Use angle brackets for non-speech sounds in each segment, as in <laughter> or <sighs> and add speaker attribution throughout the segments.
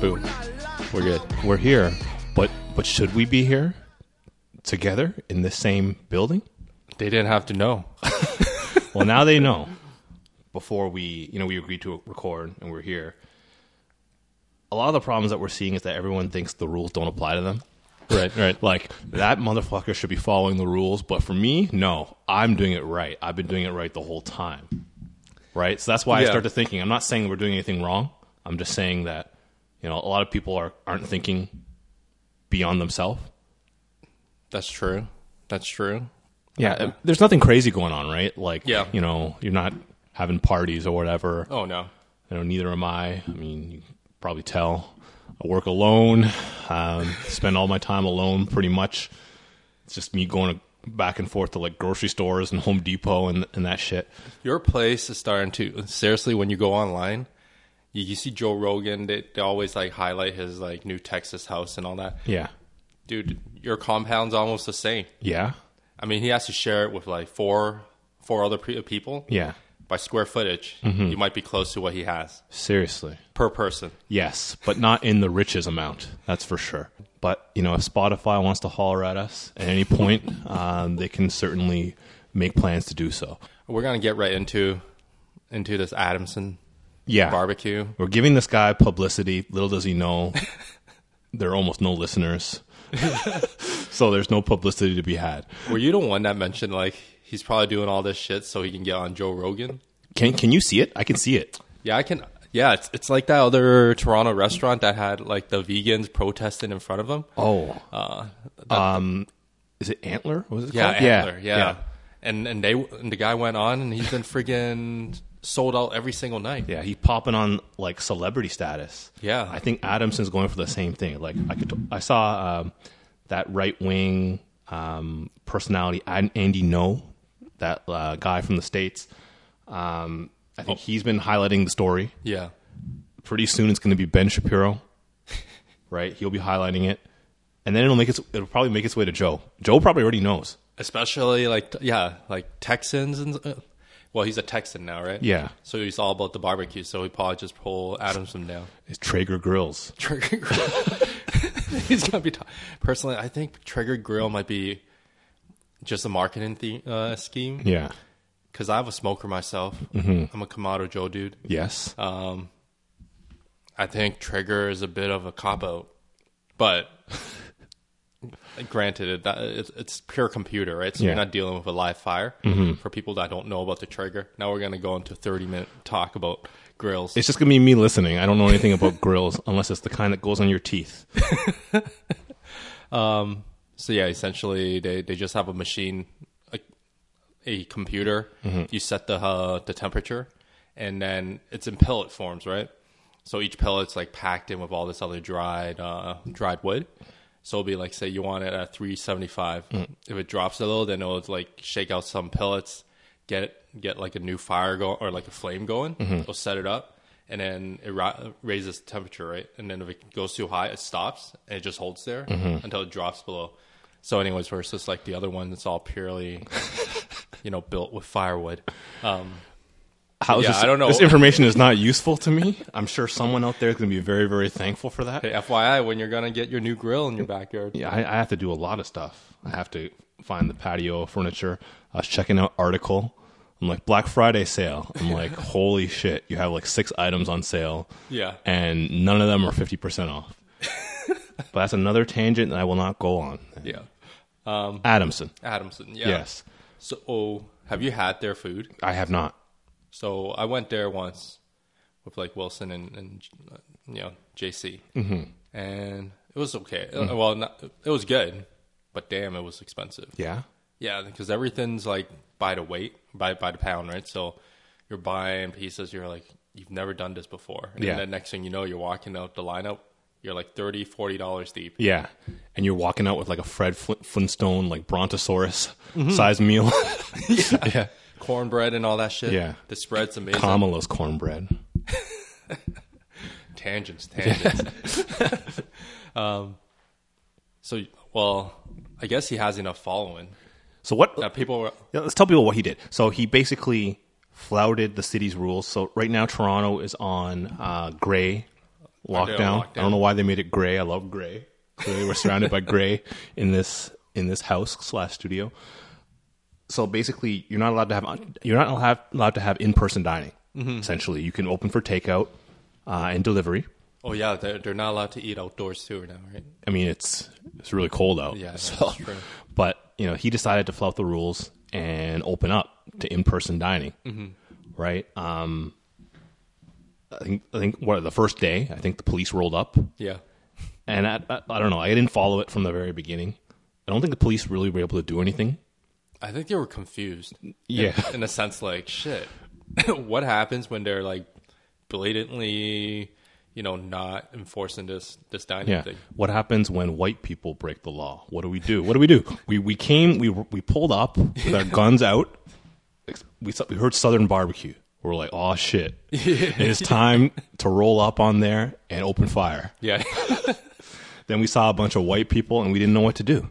Speaker 1: Boom. We're good. We're here. But but should we be here together in the same building?
Speaker 2: They didn't have to know.
Speaker 1: Well, now they know. <laughs> Before we, you know, we agreed to record and we're here. A lot of the problems that we're seeing is that everyone thinks the rules don't apply to them.
Speaker 2: Right, right.
Speaker 1: Like that motherfucker should be following the rules, but for me, no. I'm doing it right. I've been doing it right the whole time. Right? So that's why I
Speaker 2: Yeah.
Speaker 1: started thinking. I'm not saying we're doing anything wrong. I'm just saying that you know, a lot of people are aren't thinking beyond themselves.
Speaker 2: That's true. That's true.
Speaker 1: Yeah, uh, there's nothing crazy going on, right? Like,
Speaker 2: Yeah.
Speaker 1: you know, you're not having parties or whatever.
Speaker 2: Oh no.
Speaker 1: You know, neither am I. I mean, you can probably tell. I work alone. Um, spend all my time alone, pretty much. It's just me going back and forth to like grocery stores and Home Depot and and that shit.
Speaker 2: Your place is starting to seriously when you go online, you, you see Joe Rogan, they, they always like highlight his like new Texas house and all that.
Speaker 1: Yeah,
Speaker 2: Dude, your compound's almost the same.
Speaker 1: yeah,
Speaker 2: I mean, he has to share it with like four four other pre- people.
Speaker 1: yeah.
Speaker 2: By square footage, you might be close to what he has
Speaker 1: Seriously.
Speaker 2: per person.
Speaker 1: Yes, but not in the riches amount. That's for sure. But you know, if Spotify wants to holler at us at any point, um, they can certainly make plans to do so.
Speaker 2: We're gonna get right into into this Adamson
Speaker 1: Yeah,
Speaker 2: barbecue.
Speaker 1: We're giving this guy publicity. Little does he
Speaker 2: <laughs>
Speaker 1: know, there are almost no listeners. <laughs> so there's no publicity to be had.
Speaker 2: Were you the one that mentioned like he's probably doing all this shit so he can get on Joe Rogan?
Speaker 1: Can can you see it? I can see it.
Speaker 2: Yeah, I can. Yeah, it's it's like that other Toronto restaurant that had like the vegans protesting in front of them.
Speaker 1: Oh. um is it Antler? What was it
Speaker 2: Yeah,
Speaker 1: called?
Speaker 2: Antler, yeah, And and they and the guy went on and he's been freaking sold out every single night.
Speaker 1: Yeah, he's popping on like celebrity status.
Speaker 2: Yeah.
Speaker 1: I think Adamson's going for the same thing. Like I could, I saw um, that right wing um, personality An- Andy No, that uh, guy from the states. Um, I
Speaker 2: Oh.
Speaker 1: think he's been highlighting the story.
Speaker 2: Yeah.
Speaker 1: Pretty soon, it's going to be Ben Shapiro, right? He'll be highlighting it, and then it'll make its. It'll probably make its way to Joe. Joe probably already knows.
Speaker 2: especially like t- yeah, like Texans and uh, well, he's a Texan now, right?
Speaker 1: Yeah.
Speaker 2: So he's all about the barbecue. So he probably just pull Adamson down.
Speaker 1: It's Traeger grills.
Speaker 2: <laughs> Trigger Grill. <laughs> he's gonna be. T- Personally, I think Trigger Grill might be just a marketing the- uh, scheme
Speaker 1: Yeah.
Speaker 2: because I have a smoker myself. I'm a Kamado Joe dude.
Speaker 1: Yes.
Speaker 2: Um, I think Trigger is a bit of a cop out, but. <laughs> Granted, it, that, it's, it's pure computer, right? So
Speaker 1: Yeah.
Speaker 2: you're not dealing with a live fire. For people that don't know about the trigger, now we're going to go into 30 minute talk about grills.
Speaker 1: It's just gonna be me listening. I don't know anything about <laughs> grills unless it's the kind that goes on your teeth.
Speaker 2: So yeah, essentially they, they just have a machine, a, a computer. You set the uh, the temperature, and then it's in pellet forms, right? So each pellet's like packed in with all this other dried uh, dried wood. So it'll be like say you want it at 375.
Speaker 1: Mm.
Speaker 2: If it drops a little, then it'll like shake out some pellets, get get like a new fire going or like a flame going.
Speaker 1: Mm-hmm.
Speaker 2: It'll set it up, and then it ra- raises the temperature, right? And then if it goes too high, it stops and it just holds there
Speaker 1: Mm-hmm.
Speaker 2: until it drops below. So, anyways, versus like the other one, that's
Speaker 1: <laughs>
Speaker 2: all purely, you know, built with firewood. Um,
Speaker 1: How is
Speaker 2: Yeah,
Speaker 1: this,
Speaker 2: I don't know.
Speaker 1: This information is not useful to me. I'm sure someone out there is going to be very, very thankful for that.
Speaker 2: hey, FYI, when you're gonna get your new grill in your backyard,
Speaker 1: Yeah, I, I have to do a lot of stuff. I have to find the patio furniture. I was checking out article. I'm like Black Friday sale. <laughs> I'm like, holy shit! You have like six items on sale,
Speaker 2: yeah,
Speaker 1: and none of them are fifty percent <laughs> off. but that's another tangent that I will not go on.
Speaker 2: yeah,
Speaker 1: Mm-hmm. Adamson,
Speaker 2: Adamson, yeah.
Speaker 1: yes,
Speaker 2: So, oh, have you had their food?
Speaker 1: I have not.
Speaker 2: So I went there once with like Wilson and, and uh, you know JC, mm-hmm. and it was okay.
Speaker 1: Mm-hmm.
Speaker 2: Uh, Well, not, it was good, but damn, it was expensive.
Speaker 1: Yeah,
Speaker 2: Yeah, because everything's like by the weight, by by the pound, right? So you're buying pieces. You're like, you've never done this before. And
Speaker 1: Yeah.
Speaker 2: then the next thing you know, you're walking out the lineup. You're like 30 dollars deep.
Speaker 1: Yeah. And you're walking out with like a Fred Flint- Flintstone, like Brontosaurus size meal. Mm-hmm. <laughs> yeah.
Speaker 2: Cornbread and all that shit.
Speaker 1: Yeah.
Speaker 2: the spread's amazing.
Speaker 1: Kamala's cornbread.
Speaker 2: tangents, tangents. <laughs>
Speaker 1: <laughs>
Speaker 2: um, so well, I guess he has enough following
Speaker 1: So, what?
Speaker 2: that people were.
Speaker 1: Yeah, let's tell people what he did. So, he basically flouted the city's rules. So, right now, Toronto is on uh, gray lockdown.
Speaker 2: lockdown.
Speaker 1: I don't know why they made it gray. I love gray. Clearly, we're surrounded by gray in this in this house slash studio. So basically, you're not allowed to have you're not allowed allowed to have in person dining. Essentially, you can open for takeout uh, and delivery.
Speaker 2: Oh yeah, they're, they're not allowed to eat outdoors too now, right?
Speaker 1: I mean, it's it's really cold out.
Speaker 2: Yeah,
Speaker 1: so-
Speaker 2: that's true.
Speaker 1: But you know, he decided to flout the rules and open up to in-person dining, right? Um, I think I think what the first day, I think the police rolled up,
Speaker 2: Yeah,
Speaker 1: and I, I, I don't know. I didn't follow it from the very beginning. I don't think the police really were able to do anything.
Speaker 2: I think they were confused.
Speaker 1: Yeah.
Speaker 2: in a sense, like shit. <laughs> what happens when they're like blatantly, you know, not enforcing this this dining
Speaker 1: Yeah.
Speaker 2: thing?
Speaker 1: What happens when white people break the law? What do we do? What do we do? We we came. We we pulled up with our guns out. We saw- we heard Southern barbecue. We're like, oh shit! It is time to roll up on there and open fire.
Speaker 2: Yeah, <laughs>
Speaker 1: Then we saw a bunch of white people and we didn't know what to do.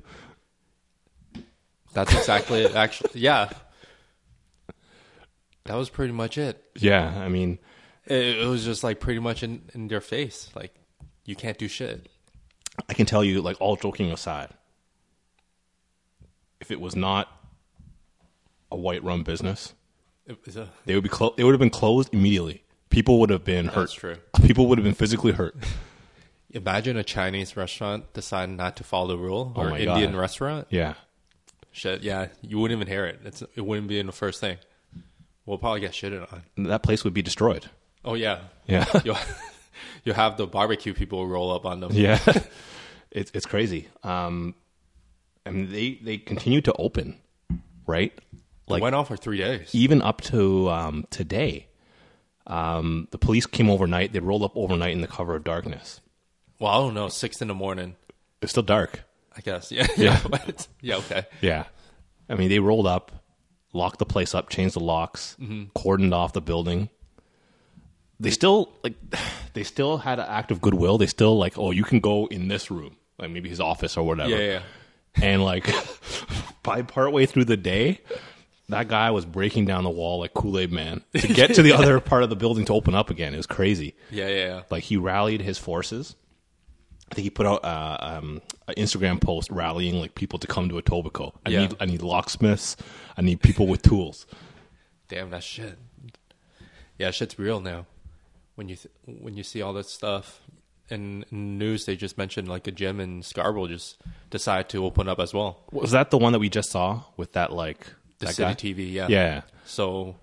Speaker 2: that's exactly it. Actually, yeah, that was pretty much it.
Speaker 1: Yeah, I mean,
Speaker 2: It, it was just like pretty much in in their face, like you can't do shit.
Speaker 1: I can tell you, like, all joking aside, if it was not a white-run business,
Speaker 2: It was a-
Speaker 1: they would be clo- they would have been closed immediately. People would have been hurt.
Speaker 2: That's true.
Speaker 1: People would have been physically <laughs> hurt.
Speaker 2: imagine a Chinese restaurant decide not to follow the rule, or
Speaker 1: Oh my
Speaker 2: Indian
Speaker 1: God.
Speaker 2: restaurant.
Speaker 1: Yeah.
Speaker 2: Shit, yeah, you wouldn't even hear it. It's, it wouldn't be in the first thing. We'll probably get shitted on.
Speaker 1: that place would be destroyed.
Speaker 2: Oh yeah,
Speaker 1: Yeah, <laughs>
Speaker 2: you <laughs> you have the barbecue people roll up on them.
Speaker 1: yeah, <laughs> it's it's crazy. Um, I mean they they continue to open, right? Like
Speaker 2: Went on for three days.
Speaker 1: even up to um, today, um, the police came overnight. They rolled up overnight in the cover of darkness.
Speaker 2: Well, I don't know, six in the morning.
Speaker 1: It's still dark.
Speaker 2: I guess. <laughs> Yeah, yeah, but- yeah. Okay.
Speaker 1: Yeah, I mean they rolled up, locked the place up, changed the locks, cordoned off the building. Mm-hmm. They still like, <sighs> they still had an act of goodwill. They still like, oh, you can go in this room, like maybe his office or whatever.
Speaker 2: Yeah, yeah.
Speaker 1: and like <laughs> by partway through the day that guy was breaking down the wall like kool-aid man to get <laughs> to the other part of the building to open up again it was crazy
Speaker 2: Yeah, yeah, yeah.
Speaker 1: like he rallied his forces i think he put out uh, um, an instagram post rallying like people to come to etobicoke i
Speaker 2: Yeah.
Speaker 1: need i need locksmiths i need people with tools
Speaker 2: Damn, that shit. Yeah, shit's real now. When you th- when you see all that stuff in, in news, they just mentioned like a gym in Scarborough just decided to open up as well.
Speaker 1: was that the one that we just saw with that like
Speaker 2: The
Speaker 1: that
Speaker 2: city
Speaker 1: guy?
Speaker 2: TV, yeah,
Speaker 1: yeah
Speaker 2: So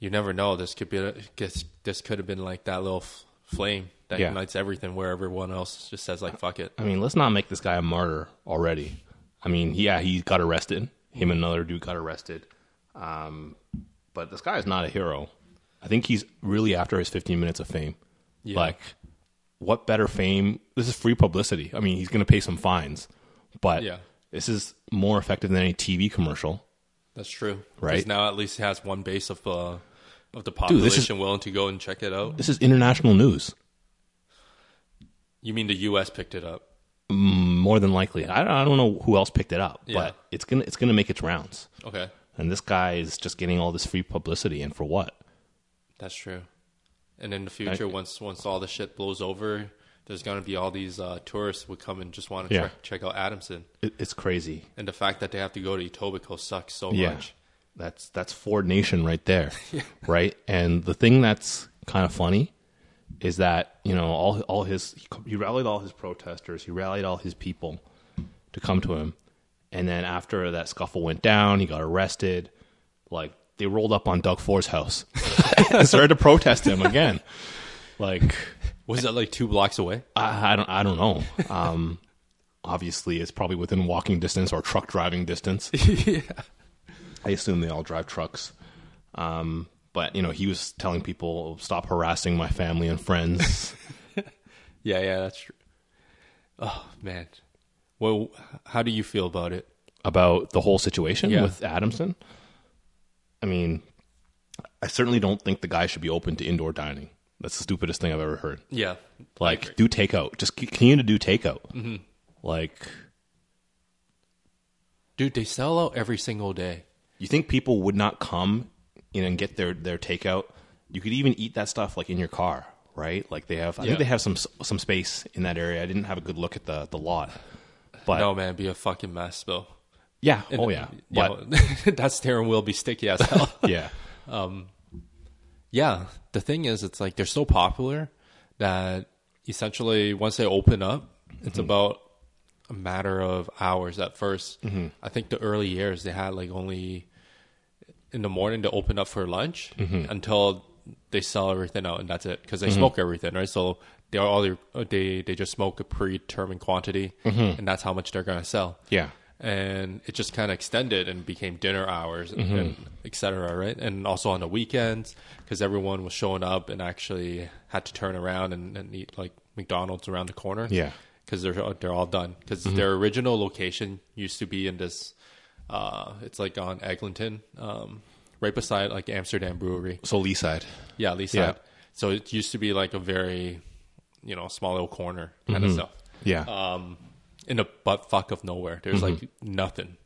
Speaker 2: you never know. This could be a, guess- this could have been like that little f- flame that
Speaker 1: Yeah.
Speaker 2: ignites everything where everyone else just says like fuck it.
Speaker 1: I mean, let's not make this guy a martyr already. I mean, yeah, he got arrested. Him and another dude got arrested. Um, but this guy is not a hero. I think he's really after his 15 minutes of fame. Like, what better fame? This is free publicity. I mean, he's going to pay some fines, but
Speaker 2: Yeah.
Speaker 1: this is more effective than any TV commercial.
Speaker 2: That's true.
Speaker 1: Right.
Speaker 2: 'Cause Now at least it has one base of uh, of the population
Speaker 1: this is-
Speaker 2: willing to go and check it out.
Speaker 1: This is international news,
Speaker 2: You mean the U.S. picked it up?
Speaker 1: more than likely. I, I don't know who else picked it up,
Speaker 2: Yeah.
Speaker 1: but it's gonna it's gonna make its rounds.
Speaker 2: Okay,
Speaker 1: And this guy is just getting all this free publicity, and for what?
Speaker 2: that's true. And in the future, once once all the shit blows over, there's gonna be all these uh, tourists would come and just want to
Speaker 1: Yeah.
Speaker 2: check, check out Adamson.
Speaker 1: It, it's crazy.
Speaker 2: And the fact that they have to go to Etobicoke sucks so
Speaker 1: yeah.
Speaker 2: much.
Speaker 1: That's that's Ford Nation right there. Right? And the thing that's kind of funny is that, you know, all all his he rallied all his protesters, he rallied all his people to come to him. And then after that scuffle went down, he got arrested. Like they rolled up on Doug Ford's house <laughs> and started to protest him again. Like
Speaker 2: Was that like two
Speaker 1: <laughs>
Speaker 2: blocks away?
Speaker 1: I, I don't I don't know. Um obviously it's probably within walking distance or truck driving distance.
Speaker 2: yeah.
Speaker 1: I assume they all drive trucks. Um, but you know, he was telling people, "Stop harassing my family and friends."
Speaker 2: Yeah, yeah, that's true. Oh man, well, how do you feel about it?
Speaker 1: about the whole situation
Speaker 2: Yeah.
Speaker 1: with Adamson. I mean, I certainly don't think the guy should be open to indoor dining. That's the stupidest thing I've ever heard.
Speaker 2: Yeah,
Speaker 1: Like, do takeout. Just continue to do takeout. Like,
Speaker 2: dude, they sell out every single day.
Speaker 1: you think people would not come in and get their their takeout? You could even eat that stuff like in your car. right? Like they have, I
Speaker 2: Yeah.
Speaker 1: think they have some some space in that area. I didn't have a good look at the the lot, but
Speaker 2: No man, be a fucking mess, Bill.
Speaker 1: yeah, oh yeah,
Speaker 2: You
Speaker 1: but
Speaker 2: know, <laughs> that steering wheel be sticky as
Speaker 1: <laughs>
Speaker 2: hell.
Speaker 1: yeah,
Speaker 2: yeah, the thing is, it's like they're so popular that essentially once they open up, it's about a matter of hours at 1st I think the early years they had like only in the morning to open up for lunch until they sell everything out, and that's it because they smoke everything, right? So they are all they they just smoke a predetermined quantity, and that's how much they're gonna sell
Speaker 1: yeah,
Speaker 2: and it just kind of extended and became dinner hours and
Speaker 1: Mm-hmm.
Speaker 2: et cetera, right? And also on the weekends because everyone was showing up and actually had to turn around and, and eat like McDonald's around the corner,
Speaker 1: Yeah. Mm-hmm.
Speaker 2: because they're they're all done because their original location used to be in this, uh, it's like on Eglinton, um, right beside like Amsterdam Brewery,
Speaker 1: so Lee side,
Speaker 2: yeah, Lee
Speaker 1: Yeah.
Speaker 2: side. So it used to be like a very, you know, small little corner kind
Speaker 1: Mm-hmm.
Speaker 2: of stuff
Speaker 1: yeah,
Speaker 2: um, in a butt fuck of nowhere. There's like
Speaker 1: Mm-hmm.
Speaker 2: nothing.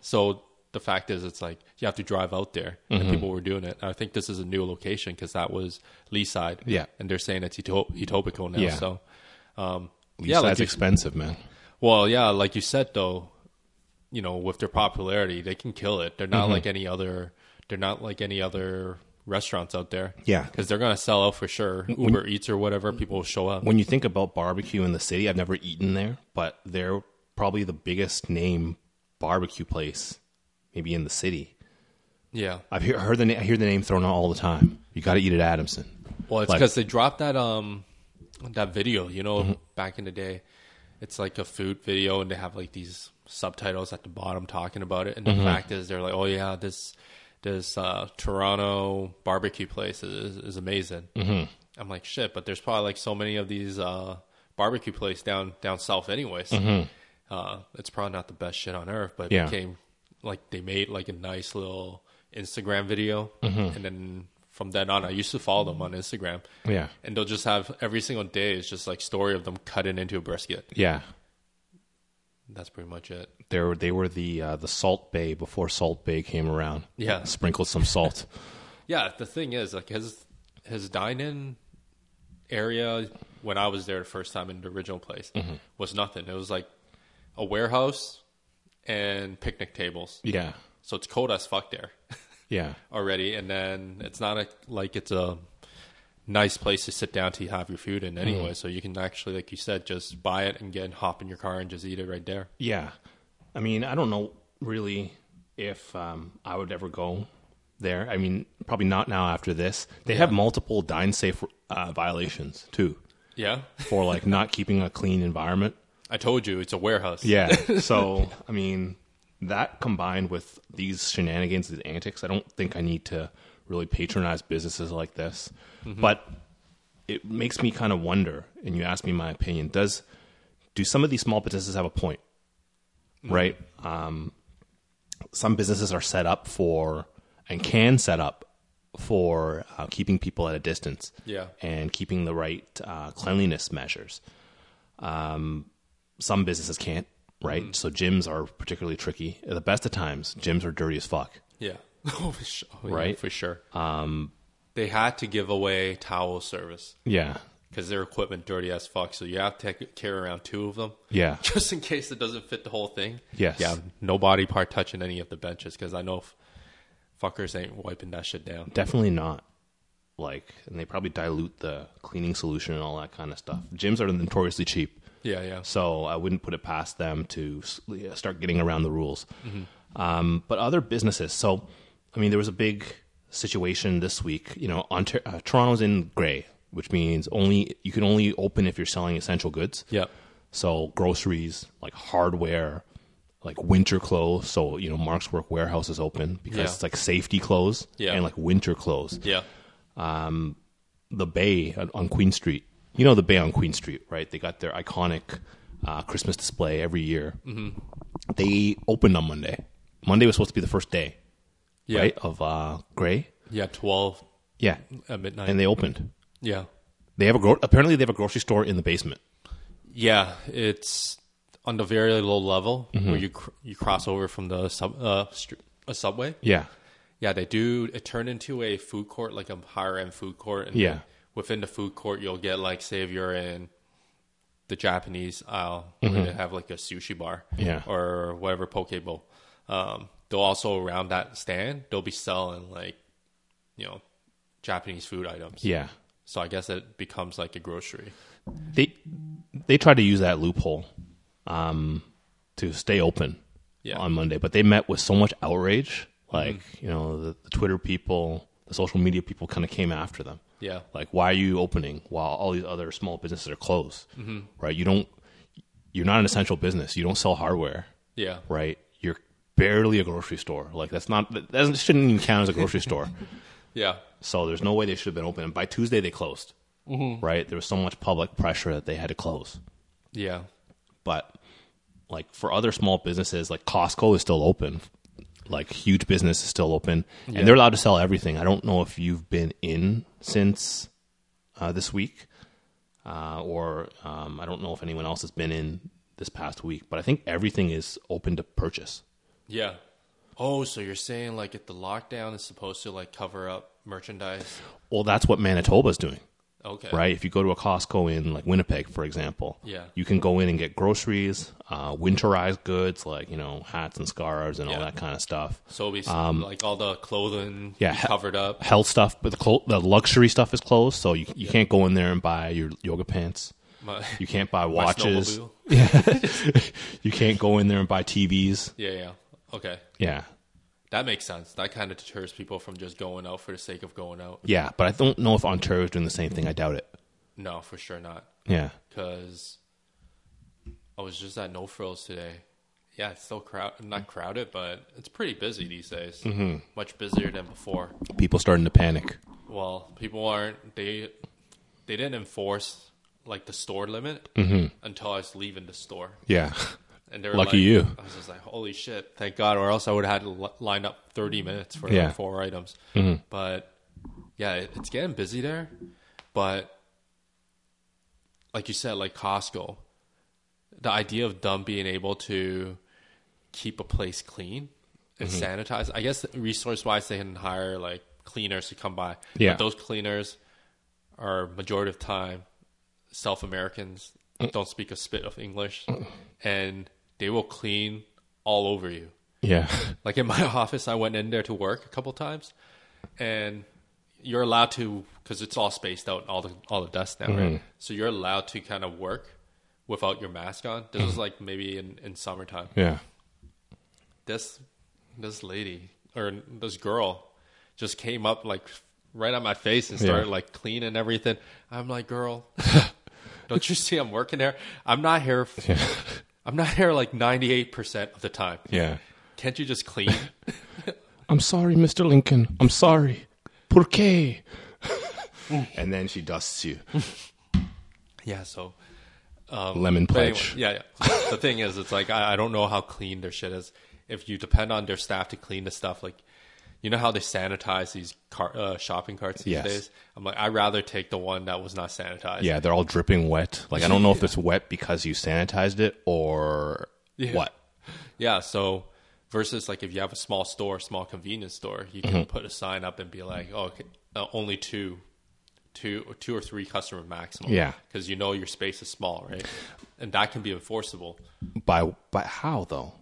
Speaker 2: So the fact is, it's like you have to drive out there,
Speaker 1: Mm-hmm.
Speaker 2: and people were doing it. I think this is a new location because that was Lee Side,
Speaker 1: Yeah.
Speaker 2: and they're saying it's Utop- Utopico now.
Speaker 1: Yeah.
Speaker 2: So, um,
Speaker 1: Lee
Speaker 2: yeah, like
Speaker 1: side's
Speaker 2: you,
Speaker 1: expensive, man.
Speaker 2: well, yeah, like you said though, you know, with their popularity, they can kill it. They're not
Speaker 1: Mm-hmm.
Speaker 2: like any other. They're not like any other restaurants out there.
Speaker 1: Yeah.
Speaker 2: because they're gonna sell out for sure. Uber Eats or whatever, people will show up.
Speaker 1: When you think about barbecue in the city, I've never eaten there, but they're probably the biggest name barbecue place, maybe in the city.
Speaker 2: Yeah.
Speaker 1: I've hear, heard the na- I hear the name thrown out all the time. You got to eat at Adamson.
Speaker 2: Well, it's
Speaker 1: Like- Mm-hmm.
Speaker 2: because they dropped that um that video, you know, back in the day. It's like a food video, and they have like these subtitles at the bottom talking about it. And
Speaker 1: Mm-hmm.
Speaker 2: the fact is, they're like, "Oh yeah, this this uh, Toronto barbecue place is, is amazing." Mm-hmm. I'm like, "Shit!" But there's probably like so many of these uh, barbecue places down down south, anyways. Uh, it's probably not the best shit on earth, but
Speaker 1: Mm-hmm. Yeah.
Speaker 2: it came like they made like a nice little Instagram video, and then from then on, I used to follow them on Instagram.
Speaker 1: Yeah.
Speaker 2: and they'll just have every single day is just like story of them cutting into a brisket.
Speaker 1: Yeah,
Speaker 2: That's pretty much it.
Speaker 1: they were they were the uh, the Salt Bay before Salt Bay came around.
Speaker 2: Yeah.
Speaker 1: sprinkled some salt.
Speaker 2: Yeah, the thing is, like his his dine-in area when I was there the first time in the original place was nothing. It was like a warehouse and picnic tables.
Speaker 1: yeah,
Speaker 2: So it's cold as fuck there.
Speaker 1: yeah,
Speaker 2: already, and then it's not a, like it's a nice place to sit down to have your food in
Speaker 1: Mm-hmm.
Speaker 2: anyway. So you can actually, like you said, just buy it and get hop in your car and just eat it right there.
Speaker 1: yeah. I mean, I don't know really if um, I would ever go there. I mean, probably not now after this. They have multiple dine safe uh, violations too
Speaker 2: Yeah,
Speaker 1: for like not keeping a clean environment.
Speaker 2: <laughs> I told you it's a warehouse.
Speaker 1: Yeah. So I mean, that combined with these shenanigans, these antics, I don't think I need to really patronize businesses like this. But it makes me kind of wonder. And you asked me my opinion. Does do some of these small businesses have a point? Right. Um, some businesses are set up for and can set up for uh, keeping people at a distance.
Speaker 2: Yeah.
Speaker 1: And keeping the right uh, cleanliness measures Um, some businesses can't, right? So gyms are particularly tricky. At the best of times, gyms are dirty as fuck.
Speaker 2: yeah. <laughs> oh, for sure. Oh, yeah,
Speaker 1: Right.
Speaker 2: for sure. Um, they had to give away towel service
Speaker 1: Yeah.
Speaker 2: because their equipment dirty as fuck. So you have to take- carry around two of them. <laughs>
Speaker 1: Yeah. <laughs>
Speaker 2: Just in case it doesn't fit the whole thing.
Speaker 1: Yes.
Speaker 2: Yeah. No body part touching any of the benches because I know f- fuckers ain't wiping that shit down.
Speaker 1: Definitely not. Like, and they probably dilute the cleaning solution and all that kind of stuff. Gyms are notoriously cheap.
Speaker 2: Yeah, yeah.
Speaker 1: So I wouldn't put it past them to s- yeah, start getting around the rules. Um, but other businesses. So, I mean, there was a big situation this week. You know, Ontar- uh, Toronto's in gray, which means only you can only open if you're selling essential goods.
Speaker 2: Yeah.
Speaker 1: So groceries, like hardware, like winter clothes. So you know, Mark's Work warehouse is open because
Speaker 2: Yeah.
Speaker 1: it's like safety clothes
Speaker 2: Yeah.
Speaker 1: and like winter clothes.
Speaker 2: Yeah.
Speaker 1: The Bay on- on Queen Street, you know, the Bay on Queen Street, right? They got their iconic uh, Christmas display every year. Mm-hmm. They opened on Monday. Monday was supposed to be the first day,
Speaker 2: Yeah.
Speaker 1: right? Of uh, Gray,
Speaker 2: Yeah, 12
Speaker 1: yeah,
Speaker 2: at midnight.
Speaker 1: and they opened.
Speaker 2: yeah.
Speaker 1: They have a gro- apparently they have a grocery store in the basement.
Speaker 2: Yeah, it's on the very low level
Speaker 1: Mm-hmm.
Speaker 2: where you cr- you cross over from the sub uh, str- a subway.
Speaker 1: Yeah,
Speaker 2: Yeah, they do it turned into a food court like a higher end food court and
Speaker 1: Yeah.
Speaker 2: within the food court, you'll get like say if you're in the Japanese aisle, where they have like a sushi bar,
Speaker 1: Mm-hmm. Yeah.
Speaker 2: or whatever poke bowl. Um, they'll also around that stand, they'll be selling like you know Japanese food items.
Speaker 1: Yeah.
Speaker 2: So I guess it becomes like a grocery.
Speaker 1: They they tried to use that loophole um, to stay open
Speaker 2: Yeah.
Speaker 1: on Monday, but they met with so much outrage. Like, you know, the, the Twitter people, the social media people kind of came after them.
Speaker 2: Yeah,
Speaker 1: Like, why are you opening while all these other small businesses are closed? Mm-hmm. Right? You don't, you're not an essential business. You don't sell hardware,
Speaker 2: yeah,
Speaker 1: right? You're barely a grocery store. Like, that's not, that doesn't- shouldn't even count as a grocery store.
Speaker 2: yeah,
Speaker 1: So there's no way they should have been open. And by Tuesday, they closed, right? There was so much public pressure that they had to close.
Speaker 2: yeah,
Speaker 1: But like for other small businesses, like Costco is still open. Like huge business is still open, and they're allowed to sell everything. I don't know if you've been in since uh, this week, uh, or um, I don't know if anyone else has been in this past week. But I think everything is open to purchase.
Speaker 2: yeah. Oh, so you're saying like if the lockdown is supposed to like cover up merchandise?
Speaker 1: Well, that's what Manitoba's doing.
Speaker 2: Okay,
Speaker 1: right? If you go to a Costco in like Winnipeg, for example,
Speaker 2: Yeah.
Speaker 1: you can go in and get groceries, uh, winterized goods like you know hats and scarves and all that kind of stuff.
Speaker 2: So it'll be s- like all the clothing
Speaker 1: Um, yeah,
Speaker 2: be
Speaker 1: ha-
Speaker 2: covered up.
Speaker 1: Health stuff, but the clo- the luxury stuff is closed, so you you can't go in there and buy your yoga pants.
Speaker 2: My, <laughs>
Speaker 1: You can't buy
Speaker 2: my
Speaker 1: watches.
Speaker 2: snowmobile.
Speaker 1: <laughs> You can't go in there and buy TVs.
Speaker 2: Yeah, yeah. Okay,
Speaker 1: Yeah,
Speaker 2: that makes sense. That kind of deters people from just going out for the sake of going out.
Speaker 1: yeah. But I don't know if Ontario's doing the same thing. I doubt it.
Speaker 2: No, for sure not.
Speaker 1: Yeah,
Speaker 2: Because I was just at No Frills today. Yeah, it's still crowd, not crowded, but it's pretty busy these days. Mm-hmm. Much busier than before.
Speaker 1: people starting to panic.
Speaker 2: Well, people aren't they they didn't enforce like the store limit until I was leaving the store.
Speaker 1: Yeah, <laughs>
Speaker 2: And they were
Speaker 1: Mm-hmm. Lucky
Speaker 2: like-
Speaker 1: you.
Speaker 2: I was just like, holy shit, thank God, or else I would have had to li- line up 30 minutes for like,
Speaker 1: Yeah. Mm-hmm.
Speaker 2: four items. But yeah, it, it's getting busy there. But like you said, like Costco, the idea of them being able to keep a place clean and sanitized, I guess resource wise, they can hire like cleaners to come by.
Speaker 1: Yeah.
Speaker 2: But those cleaners are majority of time South Americans don't speak a spit of English, and they will clean all over you.
Speaker 1: yeah,
Speaker 2: Like in my <laughs> office, I went in there to work a couple times, and you're allowed to because it's all spaced out, all the all the dust now,
Speaker 1: Mm-hmm.
Speaker 2: right? So you're allowed to kind of work without your mask on. This was like maybe in in summertime.
Speaker 1: Mm-hmm. yeah,
Speaker 2: This this lady or this girl just came up like right on my face and started
Speaker 1: Yeah.
Speaker 2: like cleaning everything. I'm like,
Speaker 1: <laughs>
Speaker 2: girl, don't you see I'm working there? I'm not here. f I'm not here like 98% of the time.
Speaker 1: <laughs> yeah.
Speaker 2: Can't you just
Speaker 1: <laughs>
Speaker 2: clean?
Speaker 1: I'm sorry, Mr. Lincoln. I'm sorry. Por qué? <laughs> and then she dusts you.
Speaker 2: yeah, so
Speaker 1: Lemon
Speaker 2: Um, But anyway,
Speaker 1: pledge.
Speaker 2: yeah, yeah. the thing is, it's like I, I don't know how clean their shit is. If you depend on their staff to clean the stuff, like you know how they sanitize these car, uh, shopping carts these
Speaker 1: Yes.
Speaker 2: days. I'm like, I'd rather take the one that was not sanitized.
Speaker 1: Yeah, they're all dripping wet. Like, I don't know if it's wet because you sanitized it or what.
Speaker 2: Yeah, So versus like if you have a small store, small convenience store, you
Speaker 1: Mm-hmm.
Speaker 2: can put a sign up and be like, oh, okay, uh, only two, two, or two or three customer maximum.
Speaker 1: Yeah.
Speaker 2: because you know your space is small, right? And that can be enforceable.
Speaker 1: By, by how, though?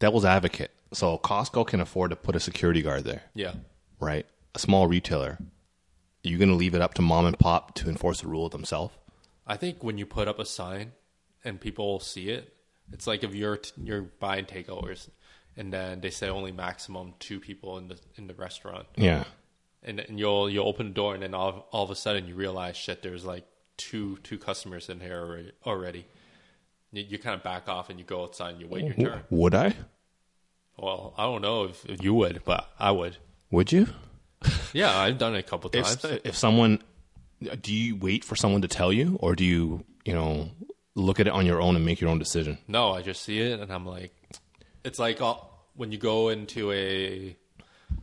Speaker 1: Devil's advocate. So Costco can afford to put a security guard there,
Speaker 2: Yeah.
Speaker 1: right? A small retailer. Are you going to leave it up to mom and pop to enforce the rule themselves?
Speaker 2: I think when you put up a sign and people see it, it's like if you're you're buying takeovers, and then they say only maximum two people in the in the restaurant,
Speaker 1: Yeah.
Speaker 2: and, and you'll you'll open the door, and then all, all of a sudden you realize shit, there's like two two customers in here already. already. You, you kind of back off and you go outside and you wait your turn.
Speaker 1: Would I?
Speaker 2: Well, I don't know if, if you would, but I would.
Speaker 1: Would you?
Speaker 2: Yeah, I've done it a couple times.
Speaker 1: if, if someone do you wait for someone to tell you or do you you know look at it on your own and make your own decision
Speaker 2: No, I just see it and I'm like, it's like all, when you go into a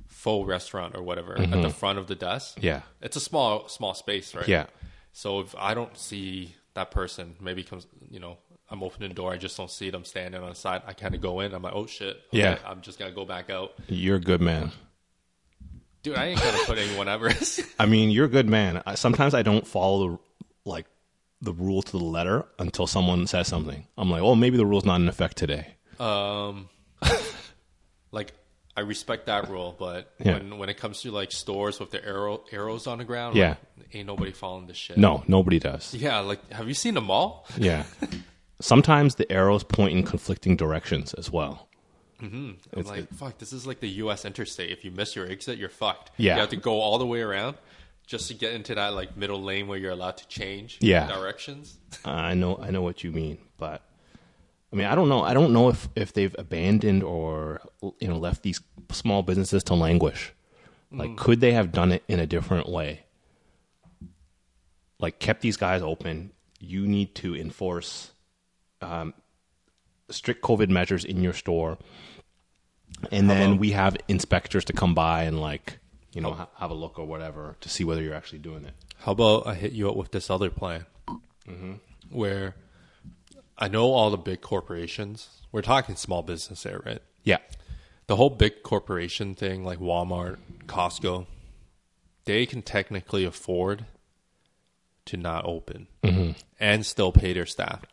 Speaker 2: full restaurant or whatever at the front of the desk.
Speaker 1: Mm-hmm. yeah
Speaker 2: It's a small small space, right?
Speaker 1: yeah
Speaker 2: So if I don't see that person, maybe comes, you know, I'm opening the door, I just don't see them standing on the side. I kind of go in, I'm like, oh shit. okay,
Speaker 1: Yeah.
Speaker 2: I'm just gonna go back out.
Speaker 1: you're a good man
Speaker 2: Dude, I ain't gonna put anyone Everest.
Speaker 1: I mean, you're a good man. I, sometimes I don't follow the, like the rule to the letter until someone says something. I'm like, oh, maybe the rule's not in effect today.
Speaker 2: Um, <laughs> like I respect that rule, but
Speaker 1: Yeah.
Speaker 2: when when it comes to like stores with the arrow arrows on the ground,
Speaker 1: Yeah.
Speaker 2: like, ain't nobody following this shit.
Speaker 1: No, nobody
Speaker 2: <laughs>
Speaker 1: does.
Speaker 2: Yeah, like have you seen a mall?
Speaker 1: Yeah. Sometimes the arrows point in conflicting directions as well.
Speaker 2: I'm like, fuck, this is like the U.S. interstate. If you miss your exit, you're fucked.
Speaker 1: Yeah.
Speaker 2: you have to go all the way around just to get into that like middle lane where you're allowed to change
Speaker 1: Yeah.
Speaker 2: directions.
Speaker 1: Uh, I know I know what you mean, but I mean I don't know I don't know if if they've abandoned or you know left these small businesses to languish. Like could they have done it in a different way? Like kept these guys open. You need to enforce um, strict COVID measures in your store, and then we have inspectors to come by and like you know ha- have a look or whatever to see whether you're actually doing it.
Speaker 2: How about I hit you up with this other plan Mm-hmm. where I know all the big corporations. We're talking small business here, right?
Speaker 1: Yeah,
Speaker 2: the whole big corporation thing like Walmart, Costco, they can technically afford to not open and still pay their staff.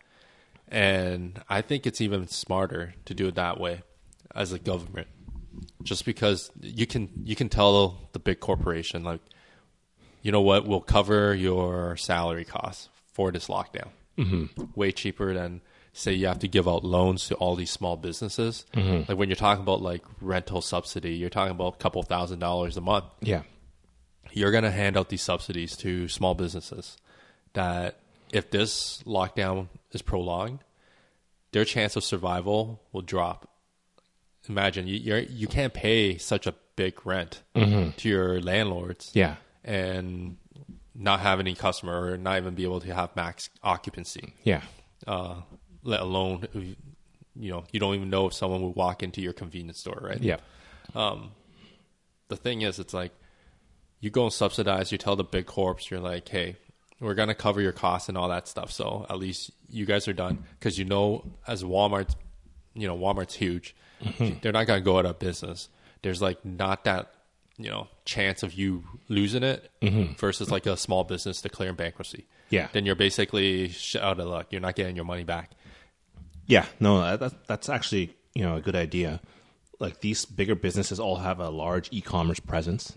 Speaker 2: And I think it's even smarter to do it that way as a government. Just because you can you can tell the big corporation like you know what, we'll cover your salary costs for this lockdown. Mm-hmm. Way cheaper than say you have to give out loans to all these small businesses. Like when you're talking about like rental subsidy, you're talking about a couple thousand dollars a month.
Speaker 1: yeah,
Speaker 2: You're going to hand out these subsidies to small businesses that if this lockdown is prolonged, their chance of survival will drop. Imagine you you're, you can't pay such a big rent to your landlords
Speaker 1: yeah,
Speaker 2: and not have any customer or not even be able to have max occupancy
Speaker 1: yeah,
Speaker 2: uh, let alone you know you don't even know if someone would walk into your convenience store right
Speaker 1: yeah.
Speaker 2: the thing is it's like you go and subsidize you tell the big corps you're like hey we're going to cover your costs and all that stuff so at least you guys are done because you know as walmart you know walmart's huge
Speaker 1: Mm-hmm.
Speaker 2: they're not going to go out of business there's like not that you know chance of you losing it versus like a small business declaring bankruptcy
Speaker 1: Mm-hmm. Yeah.
Speaker 2: then you're basically sh- out of luck you're not getting your money back
Speaker 1: Yeah, no, that, that- that's actually you know a good idea. Like these bigger businesses all have a large e-commerce presence.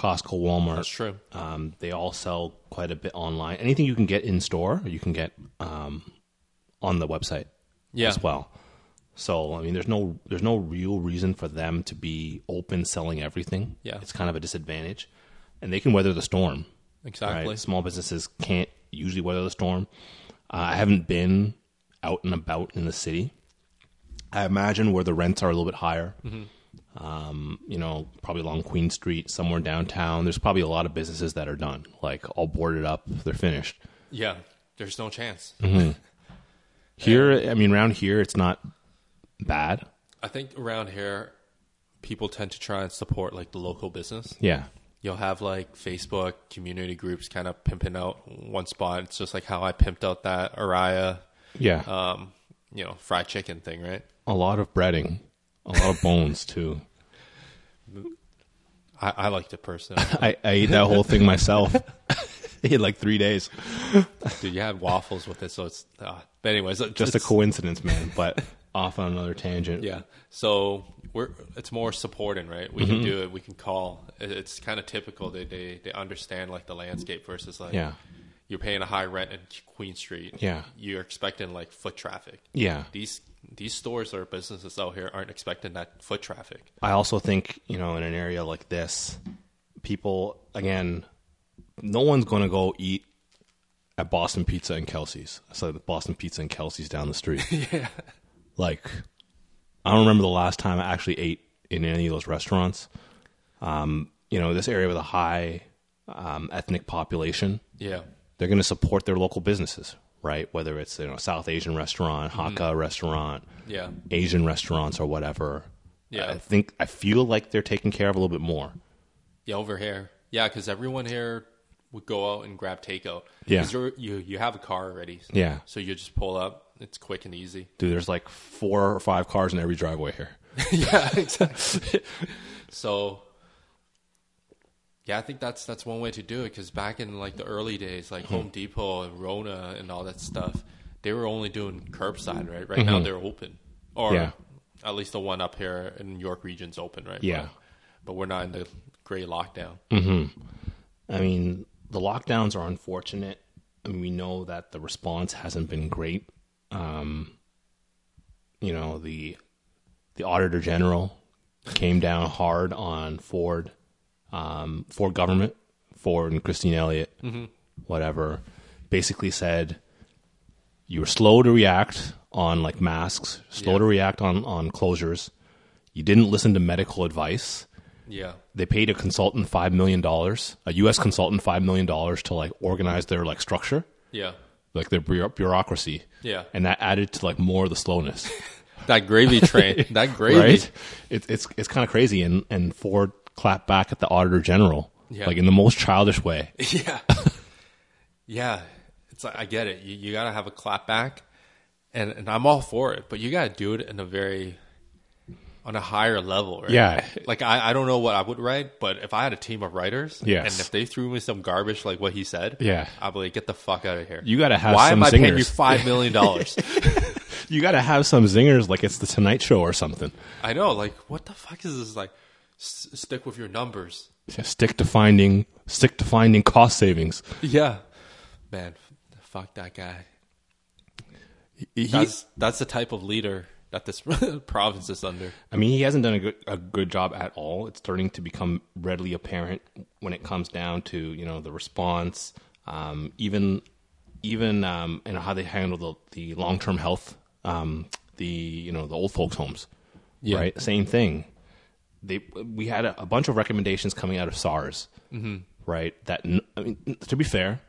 Speaker 1: Costco, Walmart,
Speaker 2: Mm-hmm. that's true
Speaker 1: um, they all sell quite a bit online. Anything you can get in store, you can get um, on the website
Speaker 2: Yeah.
Speaker 1: as well. So I mean, there's no there's no real reason for them to be open selling everything.
Speaker 2: Yeah.
Speaker 1: it's kind of a disadvantage, and they can weather the storm.
Speaker 2: exactly
Speaker 1: Right? Small businesses can't usually weather the storm. Uh, I haven't been out and about in the city. I imagine where the rents are a little bit higher. Um, you know, probably along Queen Street, somewhere downtown. There's probably a lot of businesses that are done, like all boarded up. They're finished.
Speaker 2: yeah there's no chance
Speaker 1: Mm-hmm. Here, I mean, around here, it's not bad.
Speaker 2: I think around here, people tend to try and support like the local business.
Speaker 1: Yeah,
Speaker 2: You'll have like Facebook community groups kind of pimping out one spot. It's just like how I pimped out that Araya,
Speaker 1: yeah.
Speaker 2: um, you know, fried chicken thing, right?
Speaker 1: a lot of breading, a lot of bones too. <laughs>
Speaker 2: I, I liked
Speaker 1: <laughs>
Speaker 2: it personally.
Speaker 1: I, I ate that whole thing myself. in like three days.
Speaker 2: Dude, you had waffles with it, so it's. Uh, but anyways,
Speaker 1: just a
Speaker 2: it's-
Speaker 1: coincidence,
Speaker 2: <laughs>
Speaker 1: man. But off on another tangent.
Speaker 2: Yeah. So we're it's more supporting, right? We
Speaker 1: Mm-hmm.
Speaker 2: can do it. We can call. It- It's kind of typical. They they they understand like the landscape versus like
Speaker 1: Yeah.
Speaker 2: You're paying a high rent in Queen Street.
Speaker 1: Yeah.
Speaker 2: You're expecting like foot traffic.
Speaker 1: Yeah.
Speaker 2: These these stores or businesses out here aren't expecting that foot traffic.
Speaker 1: I also think you know in an area like this, people again, no one's going to go eat at Boston Pizza and Kelsey's. So Boston Pizza and Kelsey's down the
Speaker 2: <laughs>
Speaker 1: street. yeah. Like, I don't remember the last time I actually ate in any of those restaurants. Um, you know, this area with a high um, ethnic population,
Speaker 2: Yeah.
Speaker 1: they're going to support their local businesses, right? Whether it's you know South Asian restaurant, Hakka restaurant,
Speaker 2: Yeah.
Speaker 1: Asian restaurants or whatever.
Speaker 2: Yeah.
Speaker 1: I think I feel like they're taken care of a little bit more.
Speaker 2: Yeah, over here. Yeah, because everyone here would go out and grab takeout.
Speaker 1: Yeah.
Speaker 2: 'Cause you're, you you have a car already.
Speaker 1: Yeah.
Speaker 2: So you just pull up. It's quick and easy.
Speaker 1: Dude, there's like four or five <laughs> cars in every driveway here.
Speaker 2: yeah, exactly. so Yeah, I think that's that's one way to do it because back in like the early days, like
Speaker 1: Mm-hmm.
Speaker 2: Home Depot and Rona and all that stuff, they were only doing curbside, right? Right now they're open, or
Speaker 1: Mm-hmm. Yeah.
Speaker 2: at least the one up here in York region's open, right?
Speaker 1: Yeah. Mm.
Speaker 2: but, but we're not in the gray lockdown.
Speaker 1: I mean, the lockdowns are unfortunate. and we know that the response hasn't been great. Um, you know, the the Auditor General came down hard on Ford, um, Ford government, Ford and Christine Elliott, whatever. Basically said you were slow to react on like masks, slow to react on on closures. You didn't listen to medical advice
Speaker 2: Yeah,
Speaker 1: they paid a consultant five million dollars, a U.S. consultant five million dollars to like organize their like structure,
Speaker 2: yeah,
Speaker 1: like their bureau- bureaucracy.
Speaker 2: Yeah.
Speaker 1: and that added to like more of the slowness,
Speaker 2: that
Speaker 1: <laughs>
Speaker 2: gravy train, that gravy.
Speaker 1: right? It, it's it's kind of crazy. And and Ford clapped back at the Auditor General,
Speaker 2: Yeah.
Speaker 1: like in the most childish
Speaker 2: <laughs>
Speaker 1: way.
Speaker 2: Yeah. yeah. It's like, I get it. You, you got to have a clap back. And, and I'm all for it, but you got to do it in a very, on a higher level, right?
Speaker 1: Yeah.
Speaker 2: <laughs> Like, I, I don't know what I would write, but if I had a team of writers,
Speaker 1: Yes.
Speaker 2: and if they threw me some garbage like what he said,
Speaker 1: Yeah.
Speaker 2: I'd be like, get the fuck out of here.
Speaker 1: You gotta have
Speaker 2: Why
Speaker 1: some
Speaker 2: am I paying you
Speaker 1: zingers.
Speaker 2: $5
Speaker 1: <laughs>
Speaker 2: million? dollars?
Speaker 1: You got to have some zingers, like it's the Tonight Show or something.
Speaker 2: I know. Like, what the fuck is this? Like, s- stick with your numbers.
Speaker 1: Stick to finding, stick to finding cost savings.
Speaker 2: Yeah. Man, f- fuck that guy.
Speaker 1: He-
Speaker 2: That's that's the type of leader that this <laughs> province is under.
Speaker 1: I mean, he hasn't done a good a good job at all. It's starting to become readily apparent when it comes down to you know the response, um, even even um, you know how they handle the, the long term health, um, the you know the old folks homes,
Speaker 2: Yeah.
Speaker 1: right? Same thing. They we had a, a bunch of recommendations coming out of SARS, right? That n- I mean, to be fair,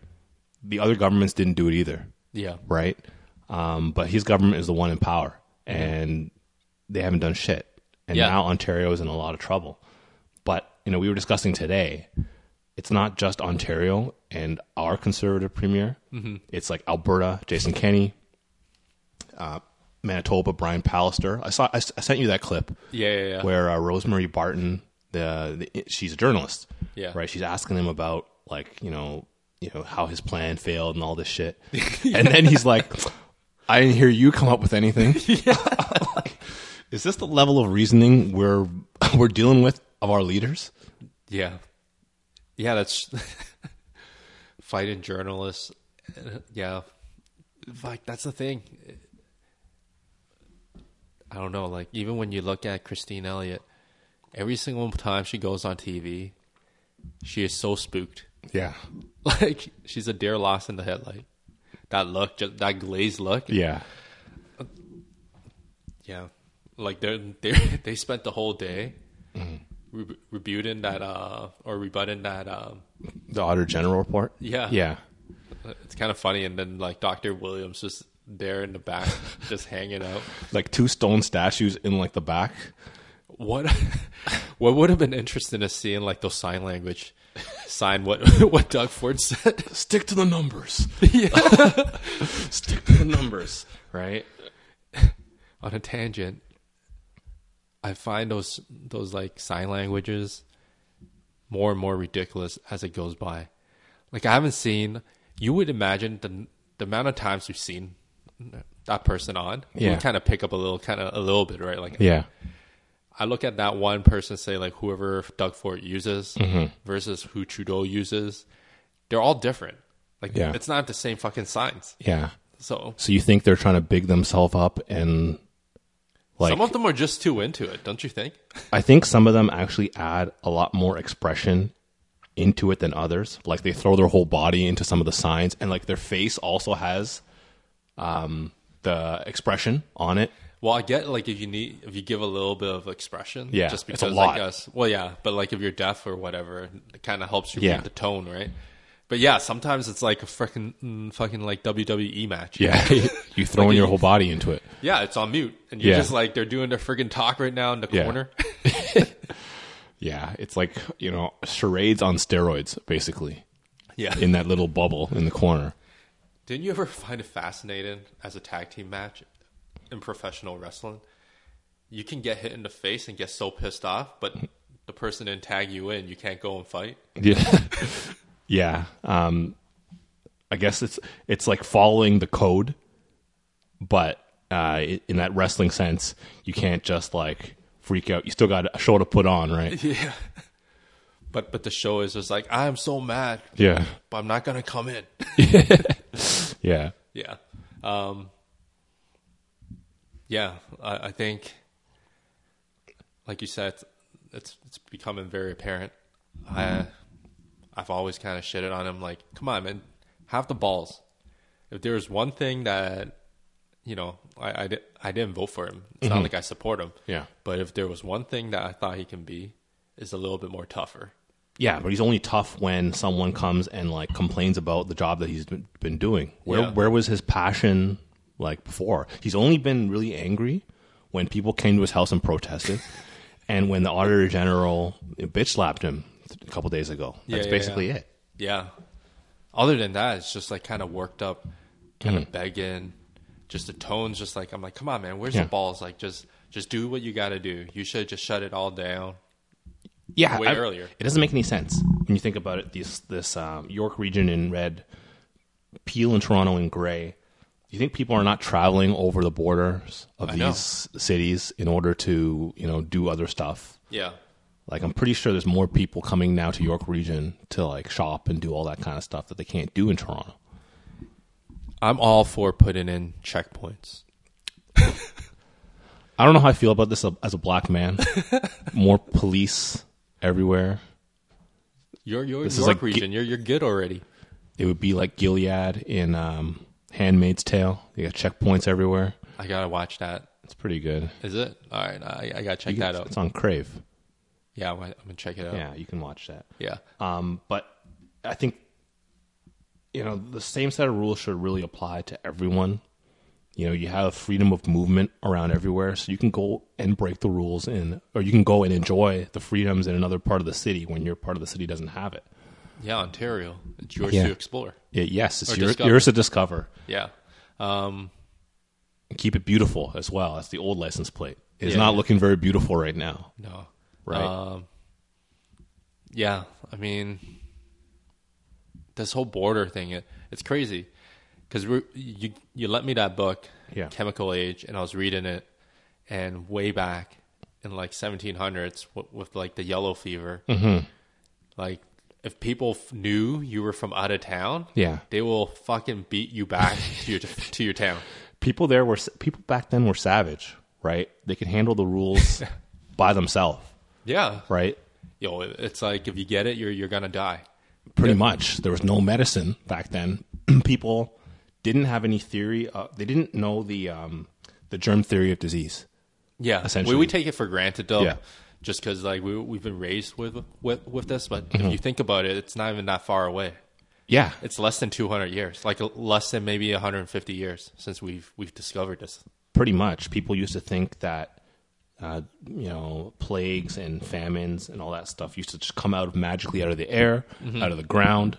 Speaker 1: the other governments didn't do it either
Speaker 2: Yeah.
Speaker 1: right? Um, but his government is the one in power, and they haven't done shit. And
Speaker 2: Yeah.
Speaker 1: now Ontario is in a lot of trouble. But you know, we were discussing today. It's not just Ontario and our conservative premier.
Speaker 2: Mm-hmm.
Speaker 1: It's like Alberta, Jason Kenney, uh, Manitoba, Brian Pallister. I saw. I, s- I sent you that clip
Speaker 2: Yeah, yeah, yeah.
Speaker 1: where uh, Rosemary Barton, the, the she's a journalist,
Speaker 2: Yeah.
Speaker 1: right? She's asking him about like you know you know how his plan failed and all this <laughs> shit, and then he's like, "I didn't hear you come up with <laughs> anything." Like, is this the level of reasoning we're <laughs> we're dealing with of our leaders?
Speaker 2: Yeah. Yeah, that's <laughs> fighting journalists. Uh, Yeah. Like that's the thing. I don't know, like even when you look at Christine Elliott, every single time she goes on TV, she is so spooked.
Speaker 1: Yeah,
Speaker 2: <laughs> Like she's a deer lost in the headlight. That look, just that glazed look.
Speaker 1: yeah,
Speaker 2: Yeah, like they they <laughs> they spent the whole day rebu- rebuting that uh or rebutting that um
Speaker 1: the Auditor General report.
Speaker 2: Yeah.
Speaker 1: yeah,
Speaker 2: it's kind of funny and then like Dr. Williams just there in the back just hanging out.
Speaker 1: like two stone statues in like the back.
Speaker 2: What <laughs> what would have been interesting to see in like those sign language sign what <laughs> what Doug Ford said.
Speaker 1: Stick to the <laughs> numbers.
Speaker 2: yeah.
Speaker 1: Stick to the numbers.
Speaker 2: Right? <laughs> On a tangent, I find those those like sign languages more and more ridiculous as it goes by. Like I haven't seen. You would imagine the the amount of times you've seen that person on. you
Speaker 1: Yeah.
Speaker 2: kind of pick up a little, kind of a little bit, right? Like
Speaker 1: Yeah,
Speaker 2: I look at that one person, say like whoever Doug Ford uses
Speaker 1: Mm-hmm.
Speaker 2: versus who Trudeau uses. They're all different. Like
Speaker 1: Yeah.
Speaker 2: it's not the same fucking signs.
Speaker 1: yeah.
Speaker 2: So
Speaker 1: So you think they're trying to big themselves up and like
Speaker 2: some of them are just too into it, don't you think?
Speaker 1: I think some of them actually add a lot more expression into it than others. Like they throw their whole body into some of the signs and like their face also has um the expression on it.
Speaker 2: Well, I get like if you need if you give a little bit of expression,
Speaker 1: Yeah,
Speaker 2: just
Speaker 1: it's a
Speaker 2: because
Speaker 1: lot.
Speaker 2: I guess. Well, yeah, but like if you're deaf or whatever, it kind of helps you
Speaker 1: Yeah.
Speaker 2: read the tone, right? But yeah, sometimes it's like a freaking mm, fucking like WWE match.
Speaker 1: Yeah. <laughs> you throw in your whole body into it.
Speaker 2: <laughs> yeah, it's on mute, and you're
Speaker 1: Yeah.
Speaker 2: just like they're doing their freaking talk right now in the
Speaker 1: Yeah.
Speaker 2: corner. <laughs>
Speaker 1: Yeah. It's like, you know, charades on steroids, basically.
Speaker 2: yeah.
Speaker 1: In that little bubble in the corner.
Speaker 2: Didn't you ever find it fascinating as a tag team match in professional wrestling? You can get hit in the face and get so pissed off, but the person didn't tag you in, you can't go and fight.
Speaker 1: Yeah, <laughs> yeah. Um, I guess it's it's like following the code, but uh, i- in that wrestling sense, you can't just like freak out. You still got a show to put on, right?
Speaker 2: Yeah. But but the show is just like I'm so mad,
Speaker 1: Yeah,
Speaker 2: but I'm not gonna come in.
Speaker 1: yeah,
Speaker 2: <laughs> yeah. Um. Yeah, I, I think, like you said, it's it's becoming very apparent. I I've always kind of shitted on him. Like, come on, man, have the balls. If there's one thing that you know, I I, di- I didn't vote for him. It's not like I support him.
Speaker 1: Yeah.
Speaker 2: But if there was one thing that I thought he can be, is a little bit more tougher.
Speaker 1: yeah. But he's only tough when someone comes and like complains about the job that he's been, been doing. Where
Speaker 2: Yeah.
Speaker 1: where was his passion like before? He's only been really angry when people came to his house and
Speaker 2: <laughs>
Speaker 1: protested, and when the auditor general bitch slapped him a couple days ago. That's
Speaker 2: yeah,
Speaker 1: basically
Speaker 2: yeah.
Speaker 1: it.
Speaker 2: Yeah. Other than that, it's just like kind of worked up, kind
Speaker 1: Hmm.
Speaker 2: of begging. Just the tones, just like I'm like, come on, man, where's
Speaker 1: Yeah.
Speaker 2: the balls? Like, just just do what you got to do. You should just shut it all down.
Speaker 1: yeah,
Speaker 2: way earlier.
Speaker 1: It doesn't make any sense when you think about it. This this um, York region in red, Peel and Toronto in gray. Do you think people are not traveling over the borders of
Speaker 2: know.
Speaker 1: these cities in order to you know do other stuff?
Speaker 2: Yeah,
Speaker 1: Like I'm pretty sure there's more people coming now to York region to like shop and do all that kind of stuff that they can't do in Toronto.
Speaker 2: I'm all for putting in checkpoints.
Speaker 1: I don't know how I feel about this uh, as a black
Speaker 2: <laughs>
Speaker 1: man. more police everywhere.
Speaker 2: Your your
Speaker 1: This is
Speaker 2: York
Speaker 1: like ge-
Speaker 2: region, you're you're good already.
Speaker 1: It would be like Gilead in um, Handmaid's Tale. You got checkpoints everywhere.
Speaker 2: I gotta watch that.
Speaker 1: It's pretty good.
Speaker 2: Is it all right? I, I gotta check
Speaker 1: You can-
Speaker 2: that out. Oh.
Speaker 1: It's on Crave.
Speaker 2: Yeah, I'm, gonna- I'm gonna check it out. Yeah,
Speaker 1: Yeah, you can watch that. Um, but I think you know the same set of rules should really apply to everyone. You know, you have freedom of movement around everywhere, so you can go and break the rules in, or you can go and enjoy the freedoms in another part of the city when your part of the city doesn't have it.
Speaker 2: yeah. Ontario, it's yours
Speaker 1: Yeah.
Speaker 2: to explore.
Speaker 1: It- yes, it's
Speaker 2: Or
Speaker 1: your,
Speaker 2: discover.
Speaker 1: yours to discover.
Speaker 2: Yeah. Um.
Speaker 1: And keep it beautiful as well. That's the old license plate. It's
Speaker 2: Yeah.
Speaker 1: not looking very beautiful right now,
Speaker 2: No.
Speaker 1: right?
Speaker 2: Um, yeah, I mean, this whole border thing, it, it's crazy. Because you, you lent me that book,
Speaker 1: Yeah.
Speaker 2: Chemical Age, and I was reading it, and way back in like 1700s with, with like the yellow fever,
Speaker 1: Mm-hmm.
Speaker 2: like if people f- knew you were from out of town,
Speaker 1: Yeah.
Speaker 2: they will fucking beat you back to your to
Speaker 1: <laughs>
Speaker 2: your town.
Speaker 1: people there were people back then were savage, right? They could handle the rules by themselves,
Speaker 2: Yeah,
Speaker 1: right?
Speaker 2: yo, it- it's like if you get it, you're you're gonna die.
Speaker 1: Pretty much. There was no medicine back then. <clears throat> people didn't have any theory. Uh, they didn't know the um, the germ theory of disease.
Speaker 2: Yeah,
Speaker 1: essentially.
Speaker 2: We, we take it for granted though,
Speaker 1: Yeah.
Speaker 2: just because like we we've been raised with with, with this. But
Speaker 1: Mm-hmm.
Speaker 2: if you think about it, it's not even that far away.
Speaker 1: Yeah,
Speaker 2: It's less than 200 years, like l- less than maybe 150 years since we've we've discovered this.
Speaker 1: pretty much. People used to think that uh, you know plagues and famines and all that stuff used to just come out of magically out of the air, out of the ground.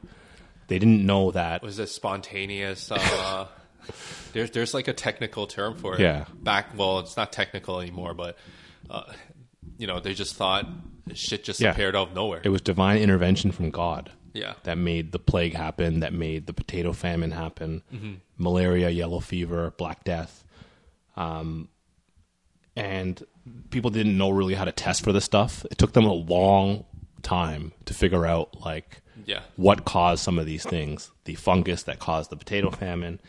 Speaker 1: They didn't know that.
Speaker 2: Was this spontaneous?
Speaker 1: <laughs>
Speaker 2: Uh, there's there's like a technical term for it.
Speaker 1: Yeah.
Speaker 2: Back well, it's not technical anymore, but uh, you know they just thought shit just
Speaker 1: Yeah.
Speaker 2: appeared out of nowhere.
Speaker 1: It was divine intervention from God.
Speaker 2: yeah.
Speaker 1: that made the plague happen, that made the potato famine happen,
Speaker 2: Mm-hmm.
Speaker 1: malaria, yellow fever, black death. Um, and people didn't know really how to test for this stuff. It took them a long time to figure out like
Speaker 2: Yeah.
Speaker 1: what caused some of these things. The fungus that caused the potato famine,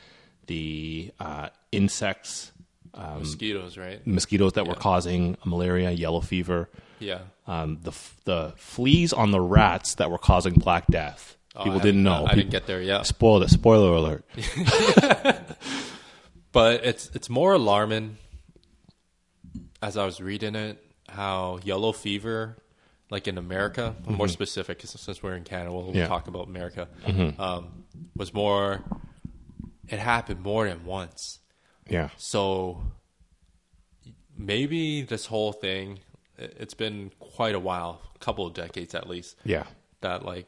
Speaker 1: the uh, insects, Um,
Speaker 2: Mosquitoes, right?
Speaker 1: mosquitoes that were causing malaria, yellow fever
Speaker 2: Yeah.
Speaker 1: um, the f- the fleas on the rats that were causing Black Death. People
Speaker 2: Oh,
Speaker 1: didn't
Speaker 2: I haven't-
Speaker 1: know.
Speaker 2: I didn't
Speaker 1: People-
Speaker 2: get there yet.
Speaker 1: Spoiled it. Spoiler alert.
Speaker 2: but it's it's more alarming as I was reading it how yellow fever, like in America, more specific 'cause since we're in Canada, we'll, we'll
Speaker 1: Yeah.
Speaker 2: talk about America, um, was more. It happened more than once,
Speaker 1: Yeah.
Speaker 2: so maybe this whole thing. it- It's been quite a while, a couple of decades at least
Speaker 1: Yeah.
Speaker 2: that like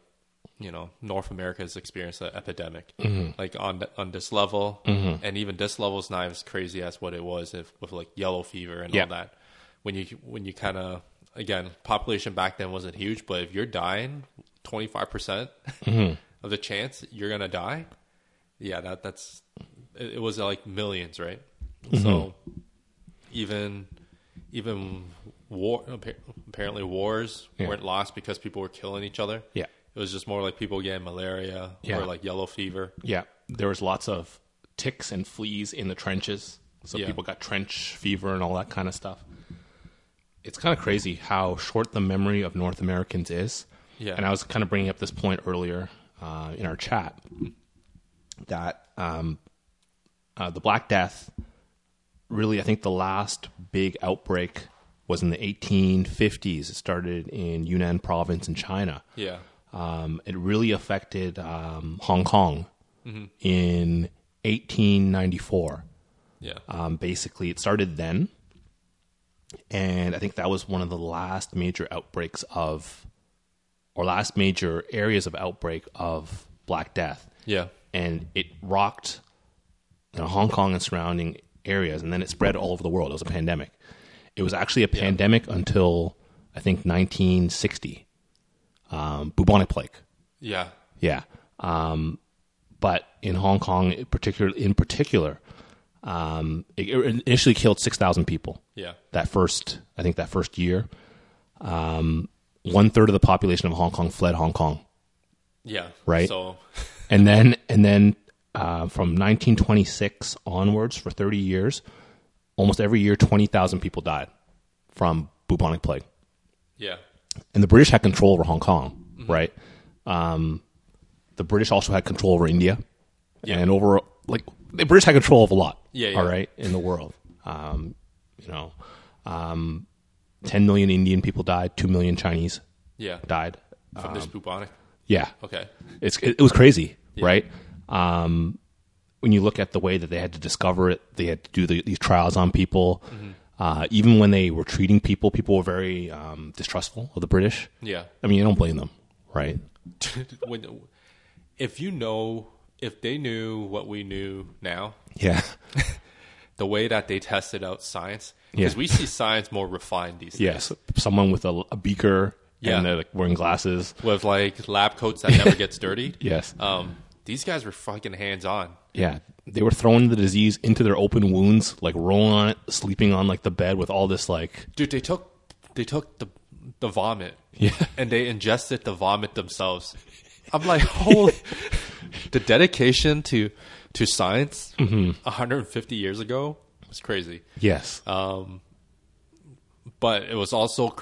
Speaker 2: you know North America has experienced an epidemic like on th- on this level, and even this level is not as crazy as what it was if, with like yellow fever and
Speaker 1: Yeah.
Speaker 2: all that. When you when you kind of again, population back then wasn't huge, but if you're dying 25% percent <laughs> of the chance you're going to die, yeah, that that's it, it was like millions, right?
Speaker 1: Mm-hmm.
Speaker 2: So even even war appa- apparently wars
Speaker 1: Yeah.
Speaker 2: weren't lost because people were killing each other.
Speaker 1: Yeah.
Speaker 2: It was just more like people getting malaria
Speaker 1: Yeah.
Speaker 2: or like yellow fever.
Speaker 1: Yeah, there was lots of ticks and fleas in the trenches, so
Speaker 2: Yeah.
Speaker 1: people got trench fever and all that kind of stuff. It's kind of crazy how short the memory of North Americans is.
Speaker 2: Yeah.
Speaker 1: and I was kind of bringing up this point earlier uh, in our chat that um, uh, the Black Death really, I think the last big outbreak was in the 1850s. It started in Yunnan province in China
Speaker 2: Yeah.
Speaker 1: um, it really affected um, Hong Kong in 1894.
Speaker 2: Yeah.
Speaker 1: Um, basically, it started then, and I think that was one of the last major outbreaks of, or last major areas of outbreak of Black Death
Speaker 2: yeah.
Speaker 1: and it rocked you know, Hong Kong and surrounding areas, and then it spread all over the world. It was a pandemic. It was actually a pandemic until I think 1960, um, bubonic plague.
Speaker 2: Yeah.
Speaker 1: Yeah, um, but in Hong Kong, in particular, in particular, um, it it initially killed six thousand people
Speaker 2: Yeah.
Speaker 1: that first I think that first year. Um, one third of the population of Hong Kong fled Hong Kong.
Speaker 2: Yeah.
Speaker 1: Right.
Speaker 2: So <laughs>
Speaker 1: and then and then uh, from 1926 onwards for 30 years, almost every year 20,000 people died from bubonic plague,
Speaker 2: yeah.
Speaker 1: and the British had control over Hong Kong, right? Um, the British also had control over India, and over like the British had control of a lot,
Speaker 2: Yeah, yeah.
Speaker 1: all right, in the world. Um, you know, um, 10 million Indian people died, two million Chinese
Speaker 2: Yeah.
Speaker 1: died.
Speaker 2: From this
Speaker 1: um,
Speaker 2: bubonic.
Speaker 1: Yeah,
Speaker 2: Okay.
Speaker 1: it's it, it was crazy, right? Um, when you look at the way that they had to discover it, they had to do the, these trials on people.
Speaker 2: Mm-hmm.
Speaker 1: Uh, even when they were treating people, people were very um, distrustful of the British.
Speaker 2: Yeah.
Speaker 1: I mean, you don't blame them, right?
Speaker 2: when, if you know, if they knew what we knew now,
Speaker 1: Yeah,
Speaker 2: the way that they tested out science, because
Speaker 1: Yeah.
Speaker 2: we see science more refined these
Speaker 1: <laughs>
Speaker 2: days.
Speaker 1: yes. Someone with a, a beaker
Speaker 2: Yeah.
Speaker 1: and they're like wearing glasses.
Speaker 2: With like lab coats that never gets dirty.
Speaker 1: <laughs> Yes,
Speaker 2: Um, these guys were fucking hands on.
Speaker 1: yeah. They were throwing the disease into their open wounds, like rolling on it, sleeping on like the bed with all this like
Speaker 2: Dude, they took they took the the vomit.
Speaker 1: Yeah.
Speaker 2: And they ingested the vomit themselves. I'm like,
Speaker 1: <laughs>
Speaker 2: holy the dedication to to science
Speaker 1: Mm-hmm.
Speaker 2: 150 years ago was crazy.
Speaker 1: yes,
Speaker 2: but it was also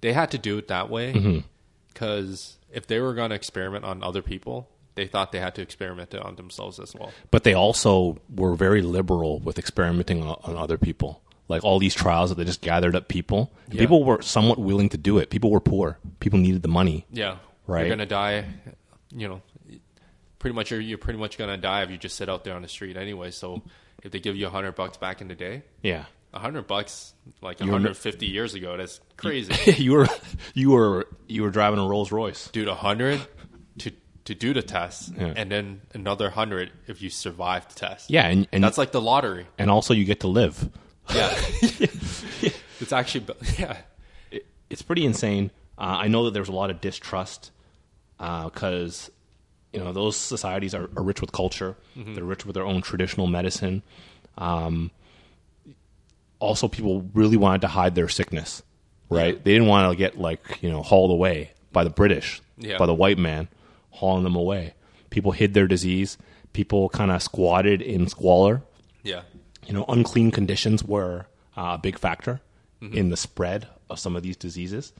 Speaker 2: they had to do it that
Speaker 1: Mm-hmm.
Speaker 2: way because if they were going to experiment on other people they thought they had to experiment it on themselves as well
Speaker 1: but they also were very liberal with experimenting on, on other people. Like all these trials that they just gathered up people. People were somewhat willing to do it. People were poor. People needed the money.
Speaker 2: yeah
Speaker 1: Right.
Speaker 2: you're going to die you know pretty much you're, you're pretty much going to die if you just sit out there on the street anyway so if they give you 100 bucks back in the day
Speaker 1: Yeah.
Speaker 2: 100 bucks like 150 years ago that's crazy
Speaker 1: <laughs> <laughs> you were you were you were driving a Rolls Royce.
Speaker 2: dude 100 to to do the test
Speaker 1: Yeah.
Speaker 2: and then another 100 if you survive the test
Speaker 1: Yeah, and and,
Speaker 2: that's like the lottery
Speaker 1: and also you get to live.
Speaker 2: Yeah. it's actually, bu- yeah.
Speaker 1: It, it's pretty insane. Uh, I know that there's a lot of distrust because you know those societies are, are rich with culture. They're rich with their own traditional medicine. Um, also people really wanted to hide their sickness, right? They didn't want to get like you know hauled away by the British,
Speaker 2: Yeah.
Speaker 1: by the white man hauling them away. People hid their disease. People kind of squatted in squalor.
Speaker 2: Yeah.
Speaker 1: You know, unclean conditions were uh, a big factor in the spread of some of these diseases.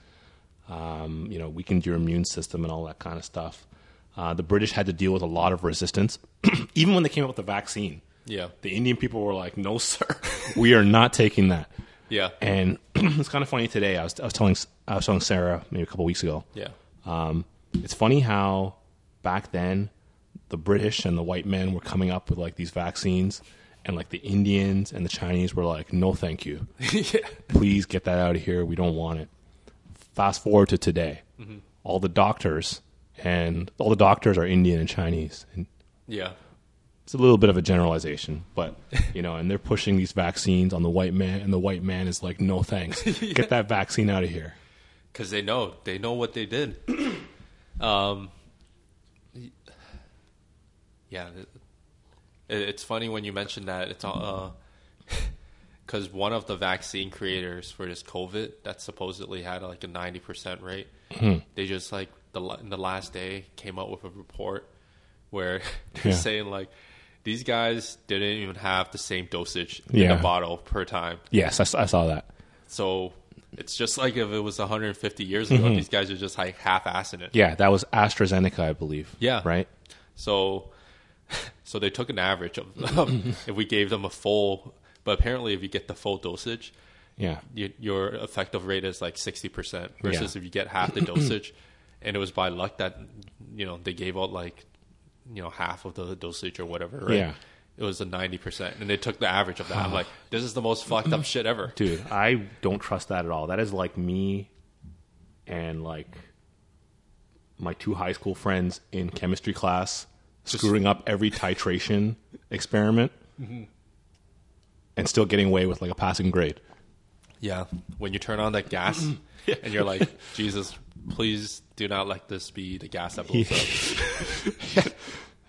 Speaker 1: Um, you know, weakened your immune system and all that kind of stuff. Uh, the British had to deal with a lot of resistance, <clears throat> even when they came up with the vaccine.
Speaker 2: Yeah.
Speaker 1: The Indian people were like, "No, sir, <laughs> we are not taking that."
Speaker 2: Yeah.
Speaker 1: And <clears throat> it's kind of funny today. I was, I was telling I was telling Sarah maybe a couple weeks ago.
Speaker 2: Yeah.
Speaker 1: Um, it's funny how back then the British and the white men were coming up with like these vaccines, and like the Indians and the Chinese were like, "No, thank you.
Speaker 2: yeah.
Speaker 1: Please get that out of here. We don't want it." Fast forward to today, all the doctors and all the doctors are Indian and Chinese, and
Speaker 2: Yeah.
Speaker 1: it's a little bit of a generalization, but you know, and they're pushing these vaccines on the white man, and the white man is like, "No thanks, get that vaccine out of here."
Speaker 2: because they know they know what they did. <clears throat> um, yeah, it, it's funny when you mentioned that it's all <laughs> because one of the vaccine creators for this COVID that supposedly had like a ninety percent rate,
Speaker 1: Hmm.
Speaker 2: they just like the la- in the last day came out with a report where <laughs> they're
Speaker 1: Yeah.
Speaker 2: saying like. These guys didn't even have the same dosage in
Speaker 1: Yeah.
Speaker 2: a bottle per time.
Speaker 1: Yes, I, s- I saw that.
Speaker 2: So it's just like if it was 150 years ago, these guys are just like half-assing it.
Speaker 1: Mm-hmm. Yeah, that was AstraZeneca, I believe.
Speaker 2: Yeah.
Speaker 1: right.
Speaker 2: So, <laughs> so they took an average of <laughs> if we gave them a full, but apparently if you get the full dosage,
Speaker 1: Yeah,
Speaker 2: you, your effective rate is like 60% versus
Speaker 1: Yeah.
Speaker 2: if you get
Speaker 1: <clears throat>
Speaker 2: half the dosage. and it was by luck that, you know, they gave out like, you know, half of the dosage or whatever, right?
Speaker 1: Yeah.
Speaker 2: It was a 90%. And they took the average of that.
Speaker 1: <sighs>
Speaker 2: I'm like, this is the most fucked up shit ever.
Speaker 1: dude, I don't trust that at all. That is like me and like my two high school friends in chemistry class screwing up every titration <laughs> experiment and still getting away with like a passing grade.
Speaker 2: Yeah, when you turn on that <clears throat> gas and you're like, Jesus, please do not let this be the gas that blows up. <laughs>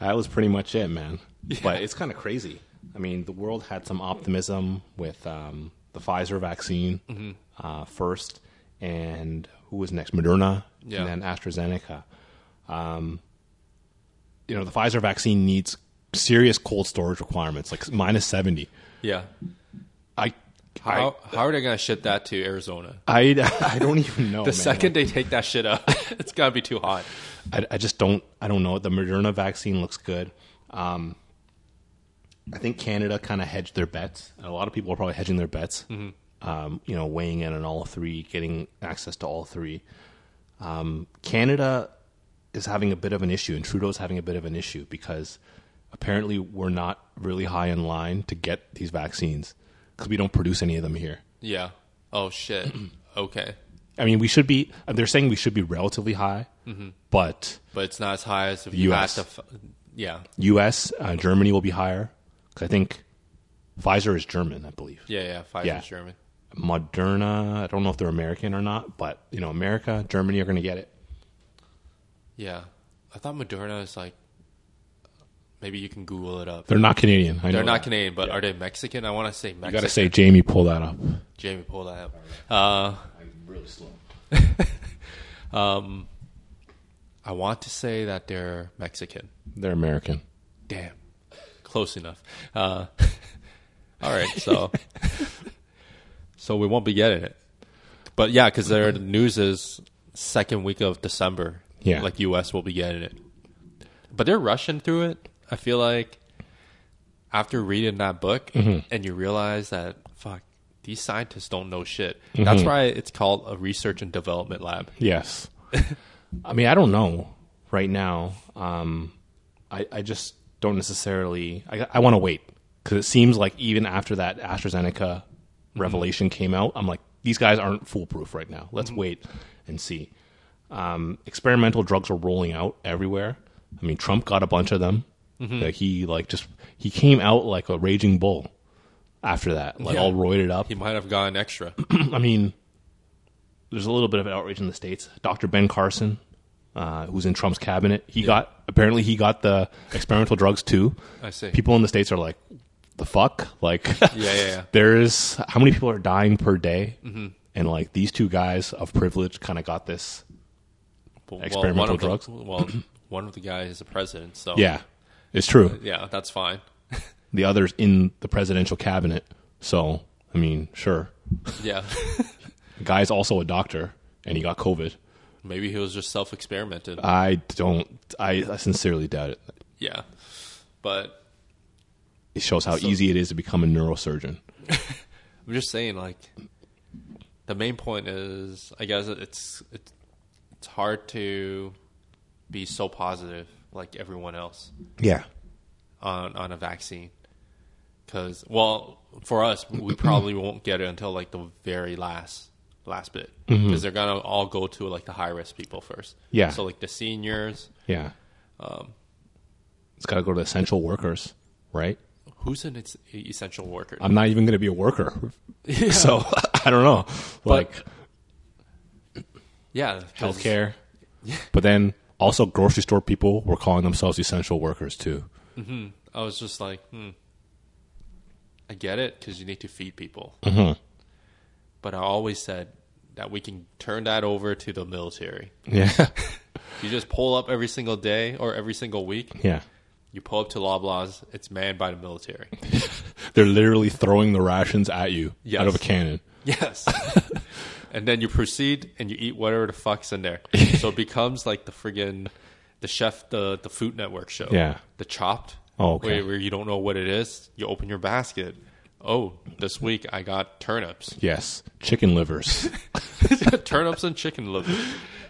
Speaker 1: That was pretty much it, man. But it's kind of crazy. I mean, the world had some optimism with um, the Pfizer vaccine
Speaker 2: Mm-hmm.
Speaker 1: uh, first, and who was next? Moderna,
Speaker 2: Yeah.
Speaker 1: and then AstraZeneca. Um, you know, the Pfizer vaccine needs serious cold storage requirements, like minus seventy.
Speaker 2: Yeah.
Speaker 1: I, I,
Speaker 2: How, how are they going to ship that to Arizona?
Speaker 1: I, <laughs> I don't even know.
Speaker 2: The second they take that shit up, <laughs> it's got to be too hot.
Speaker 1: I, I just don't I don't know. The Moderna vaccine looks good. Um, I think Canada kind of hedged their bets. A lot of people are probably hedging their bets. Um, you know, weighing in on all three, getting access to all three. Um, Canada is having a bit of an issue, and Trudeau's having a bit of an issue because apparently we're not really high in line to get these vaccines because we don't produce any of them here.
Speaker 2: Yeah. Oh, <clears throat> shit. okay.
Speaker 1: I mean, we should be. They're saying we should be relatively high, but
Speaker 2: But it's not as high as if you had
Speaker 1: US.
Speaker 2: to. F- yeah.
Speaker 1: U.S. Uh, Germany will be higher 'Cause I think Pfizer is German, I believe.
Speaker 2: Yeah, yeah. Pfizer's
Speaker 1: Yeah.
Speaker 2: German.
Speaker 1: Moderna, I don't know if they're American or not, but you know, America, Germany are going to get it.
Speaker 2: Yeah. I thought Moderna is like, maybe you can Google it up.
Speaker 1: They're not Canadian. I
Speaker 2: They're
Speaker 1: know
Speaker 2: not
Speaker 1: that.
Speaker 2: Canadian, but are they Mexican? I want to say Mexican.
Speaker 1: You got to say Jamie, pull that up.
Speaker 2: Jamie, pull that up. Uh,
Speaker 1: I'm really slow.
Speaker 2: I want to say that they're Mexican.
Speaker 1: They're American.
Speaker 2: Damn. Close enough. Uh, <laughs> all right,
Speaker 1: <laughs>
Speaker 2: so so we won't be getting it. But yeah, because their news is second week of December.
Speaker 1: Yeah.
Speaker 2: like U.S. will be getting it, but they're rushing through it. I feel like after reading that book
Speaker 1: Mm-hmm.
Speaker 2: and you realize that fuck, these scientists don't know shit.
Speaker 1: Mm-hmm.
Speaker 2: That's why it's called a research and development lab.
Speaker 1: Yes. I mean, I don't know right now. Um, I, I just don't necessarily. I, I want to wait because it seems like even after that AstraZeneca
Speaker 2: Mm-hmm.
Speaker 1: revelation came out, I'm like, these guys aren't foolproof right now. Let's
Speaker 2: Mm-hmm.
Speaker 1: wait and see. Um, experimental drugs are rolling out everywhere. I mean, Trump got a bunch of them.
Speaker 2: Mm-hmm.
Speaker 1: Like, he like just he came out like a raging bull after that, like
Speaker 2: Yeah.
Speaker 1: all roided up.
Speaker 2: He might have gone
Speaker 1: <coughs>
Speaker 2: extra.
Speaker 1: I mean, there's a little bit of outrage in the states. Dr. Ben Carson, uh, who's in Trump's cabinet, he got apparently he got the experimental drugs too.
Speaker 2: <laughs> I see.
Speaker 1: People in the states are like, the fuck, like,
Speaker 2: Yeah, <laughs> yeah,
Speaker 1: <laughs>
Speaker 2: Mm-hmm. yeah.
Speaker 1: There's how many people are dying per day, and like these two guys of privilege kind of got this.
Speaker 2: Well,
Speaker 1: Experimental
Speaker 2: one of the-
Speaker 1: drugs?
Speaker 2: well, one of the guys is the president, so
Speaker 1: Yeah, it's true.
Speaker 2: yeah, that's fine.
Speaker 1: The others in the presidential cabinet. So I mean, sure,
Speaker 2: Yeah, <laughs>
Speaker 1: the guy's also a doctor, and he got COVID.
Speaker 2: maybe he was just self experimented.
Speaker 1: I don't. I, I sincerely doubt it.
Speaker 2: yeah, but
Speaker 1: it shows how easy it is to become a neurosurgeon.
Speaker 2: I'm just saying, like, the main point is, I guess it's it's it's hard to be so positive like everyone else
Speaker 1: Yeah.
Speaker 2: on on a vaccine because well, for us,
Speaker 1: <clears throat>
Speaker 2: we probably won't get it until like the very last last bit because they're gonna all go to like the high risk people first.
Speaker 1: Mm-hmm. Yeah.
Speaker 2: so like the seniors.
Speaker 1: Yeah. Um, it's got to go to essential workers. right?
Speaker 2: Who's an es- essential worker? <laughs>
Speaker 1: I'm not even going to be a worker, Um, <laughs> so I don't know. Like
Speaker 2: yeah, <laughs> 'cause-
Speaker 1: healthcare, but then also grocery store people were calling themselves essential workers too.
Speaker 2: I was just like, hmm, I get it because you need to feed people.
Speaker 1: Mm-hmm.
Speaker 2: But I always said that we can turn that over to the military.
Speaker 1: Yeah,
Speaker 2: You just pull up every single day or every single week.
Speaker 1: yeah.
Speaker 2: You pull up to Loblaws. It's manned by the
Speaker 1: <laughs>
Speaker 2: military.
Speaker 1: They're literally throwing the rations at you
Speaker 2: Yes.
Speaker 1: out of a cannon.
Speaker 2: Yes. and then you proceed and you eat whatever the fuck's
Speaker 1: <laughs>
Speaker 2: in there. So it becomes like the friggin' the chef, the the Food Network show.
Speaker 1: Yeah.
Speaker 2: The Chopped.
Speaker 1: Oh, okay.
Speaker 2: Where, where you don't know what it is. You open your basket. Oh, this week I
Speaker 1: <laughs>
Speaker 2: got turnips.
Speaker 1: Yes, chicken livers. <laughs>
Speaker 2: turnips and chicken liver.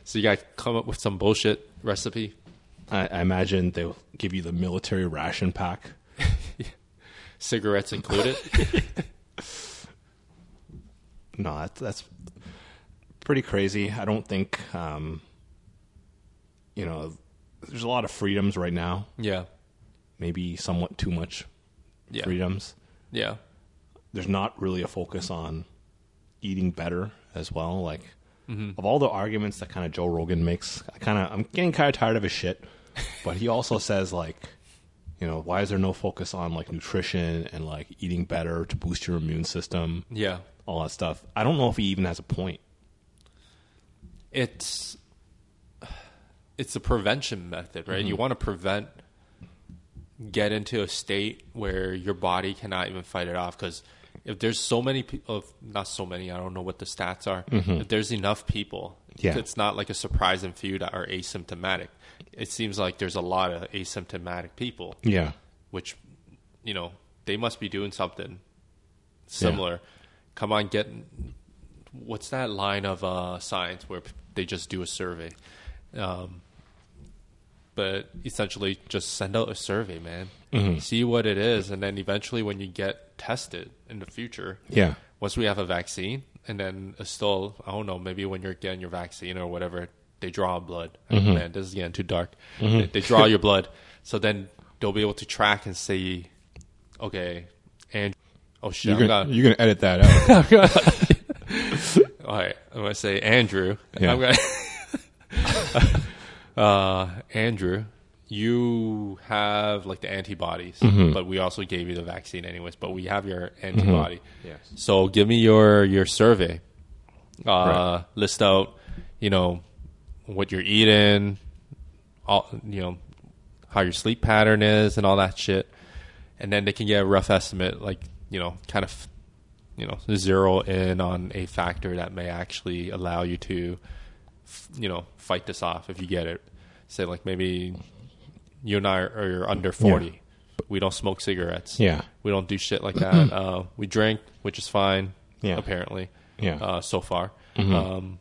Speaker 2: So you got to come up with some bullshit recipe.
Speaker 1: I, I imagine they'll give you the military ration pack.
Speaker 2: Cigarettes
Speaker 1: <laughs>
Speaker 2: included.
Speaker 1: No, that's, that's pretty crazy. I don't think, um, you know, there's a lot of freedoms right now.
Speaker 2: yeah.
Speaker 1: Maybe somewhat too much
Speaker 2: Yeah.
Speaker 1: freedoms.
Speaker 2: Yeah.
Speaker 1: There's not really a focus on eating better as well. Like of all the arguments that kind of Joe Rogan makes, I kind of I'm getting kind of tired of his shit. But he also <laughs> says like, you know, why is there no focus on like nutrition and like eating better to boost your immune system?
Speaker 2: Yeah.
Speaker 1: all that stuff. I don't know if he even has a point.
Speaker 2: It's it's a prevention method, right? You want to prevent get into a state where your body cannot even fight it off because if there's so many pe- of not so many i don't know what the stats are if there's enough people
Speaker 1: Yeah.
Speaker 2: it's not like a surprise and few that are asymptomatic it seems like there's a lot of asymptomatic people
Speaker 1: Yeah.
Speaker 2: which you know they must be doing something similar come on get what's that line of uh, science where p- they just do a survey um, but essentially just send out a survey man see what it is and then eventually when you get tested in the future
Speaker 1: Yeah.
Speaker 2: once we have a vaccine and then it's still i don't know maybe when you're getting your vaccine or whatever they draw blood Oh, man this is getting too dark they, they draw your blood so then they'll be able to track and see okay and oh shit
Speaker 1: You're
Speaker 2: I'm
Speaker 1: gonna,
Speaker 2: gonna-
Speaker 1: you're gonna edit that out.
Speaker 2: <laughs> all right i'm gonna say andrew
Speaker 1: Yeah.
Speaker 2: i'm gonna <laughs> uh andrew you have like the antibodies
Speaker 1: Mm-hmm.
Speaker 2: but we also gave you the vaccine anyways but we have your antibody
Speaker 1: yes.
Speaker 2: So give me your your survey. Uh,
Speaker 1: Right.
Speaker 2: List out, you know, what you're eating, all you know, how your sleep pattern is, and all that shit. And then they can get a rough estimate, like you know, kind of, you know, zero in on a factor that may actually allow you to, f- you know, fight this off if you get it. Say like maybe you and I are, are under forty. We don't smoke cigarettes.
Speaker 1: Yeah.
Speaker 2: We don't do shit like
Speaker 1: <clears throat>
Speaker 2: that. uh, we drink, which is fine,
Speaker 1: Yeah.
Speaker 2: apparently,
Speaker 1: Yeah. Mm-hmm.
Speaker 2: uh, so far, um,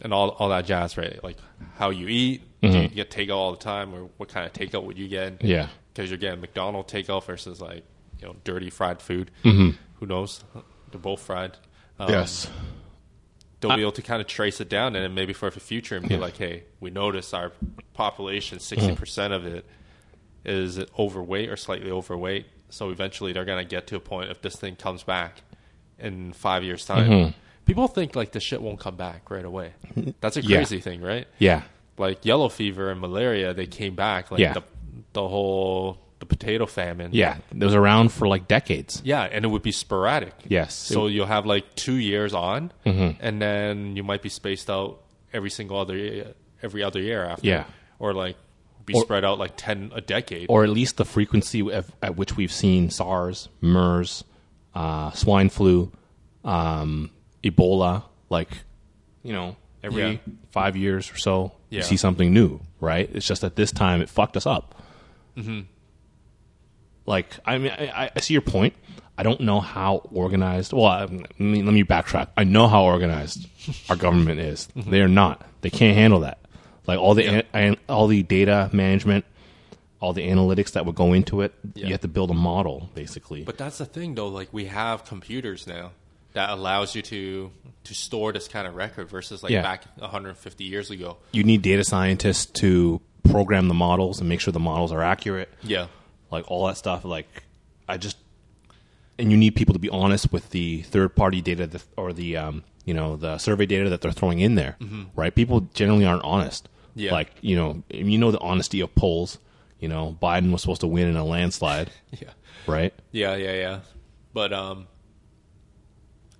Speaker 2: and all all that jazz, right? Like how you eat, do you get takeout all the time, or what kind of takeout would you get?
Speaker 1: Mm-hmm. yeah.
Speaker 2: because you're getting McDonald takeout versus like you know dirty fried food. Who knows? They're both fried. Um,
Speaker 1: Mm-hmm. yes.
Speaker 2: they'll
Speaker 1: Uh,
Speaker 2: be able to kind of trace it down and then maybe for the future and be like, hey, we notice our
Speaker 1: Mm.
Speaker 2: population, 60% percent of it is overweight or slightly overweight. So eventually they're going to get to a point if this thing comes back in five years' time.
Speaker 1: Mm-hmm.
Speaker 2: People think like the shit won't come back right away. That's a
Speaker 1: Yeah.
Speaker 2: crazy thing, right?
Speaker 1: Yeah.
Speaker 2: Like yellow fever and malaria, they came back. Like
Speaker 1: Yeah.
Speaker 2: the, the whole the potato famine.
Speaker 1: Yeah. It was around for like decades.
Speaker 2: Yeah, and it would be sporadic.
Speaker 1: Yes. Mm-hmm.
Speaker 2: So you'll have like two years on, and then you might be spaced out every single other year, every other year after.
Speaker 1: Yeah.
Speaker 2: Or like be spread out like ten a decade.
Speaker 1: or at least the frequency of, at which we've seen SARS, MERS, uh, swine flu, um, Ebola, like, you know, every
Speaker 2: Yeah.
Speaker 1: five years or so,
Speaker 2: Yeah.
Speaker 1: you see something new, right? It's just that this time it fucked us up. Mm-hmm. Like, I mean, I, I- I see your point. I don't know how organized. Well, I I mean, let me backtrack. I know how organized our government is. They are not. They can't handle that. Like all the an, an- all the data management, all the analytics that would go into it.
Speaker 2: Yeah.
Speaker 1: You have to build a model, basically.
Speaker 2: but that's the thing though, like we have computers now that allows you to to store this kind of record versus like
Speaker 1: Yeah.
Speaker 2: back 150 years ago.
Speaker 1: you need data scientists to program the models and make sure the models are accurate.
Speaker 2: Yeah.
Speaker 1: Like all that stuff. Like I just and you need people to be honest with the third party data that, or the um, you know the survey data that they're throwing in there, right? People generally aren't honest.
Speaker 2: Yeah.
Speaker 1: Like you know you know the honesty of polls. You know Biden was supposed to win in a landslide,
Speaker 2: <laughs> Yeah.
Speaker 1: right?
Speaker 2: Yeah, yeah, yeah. But um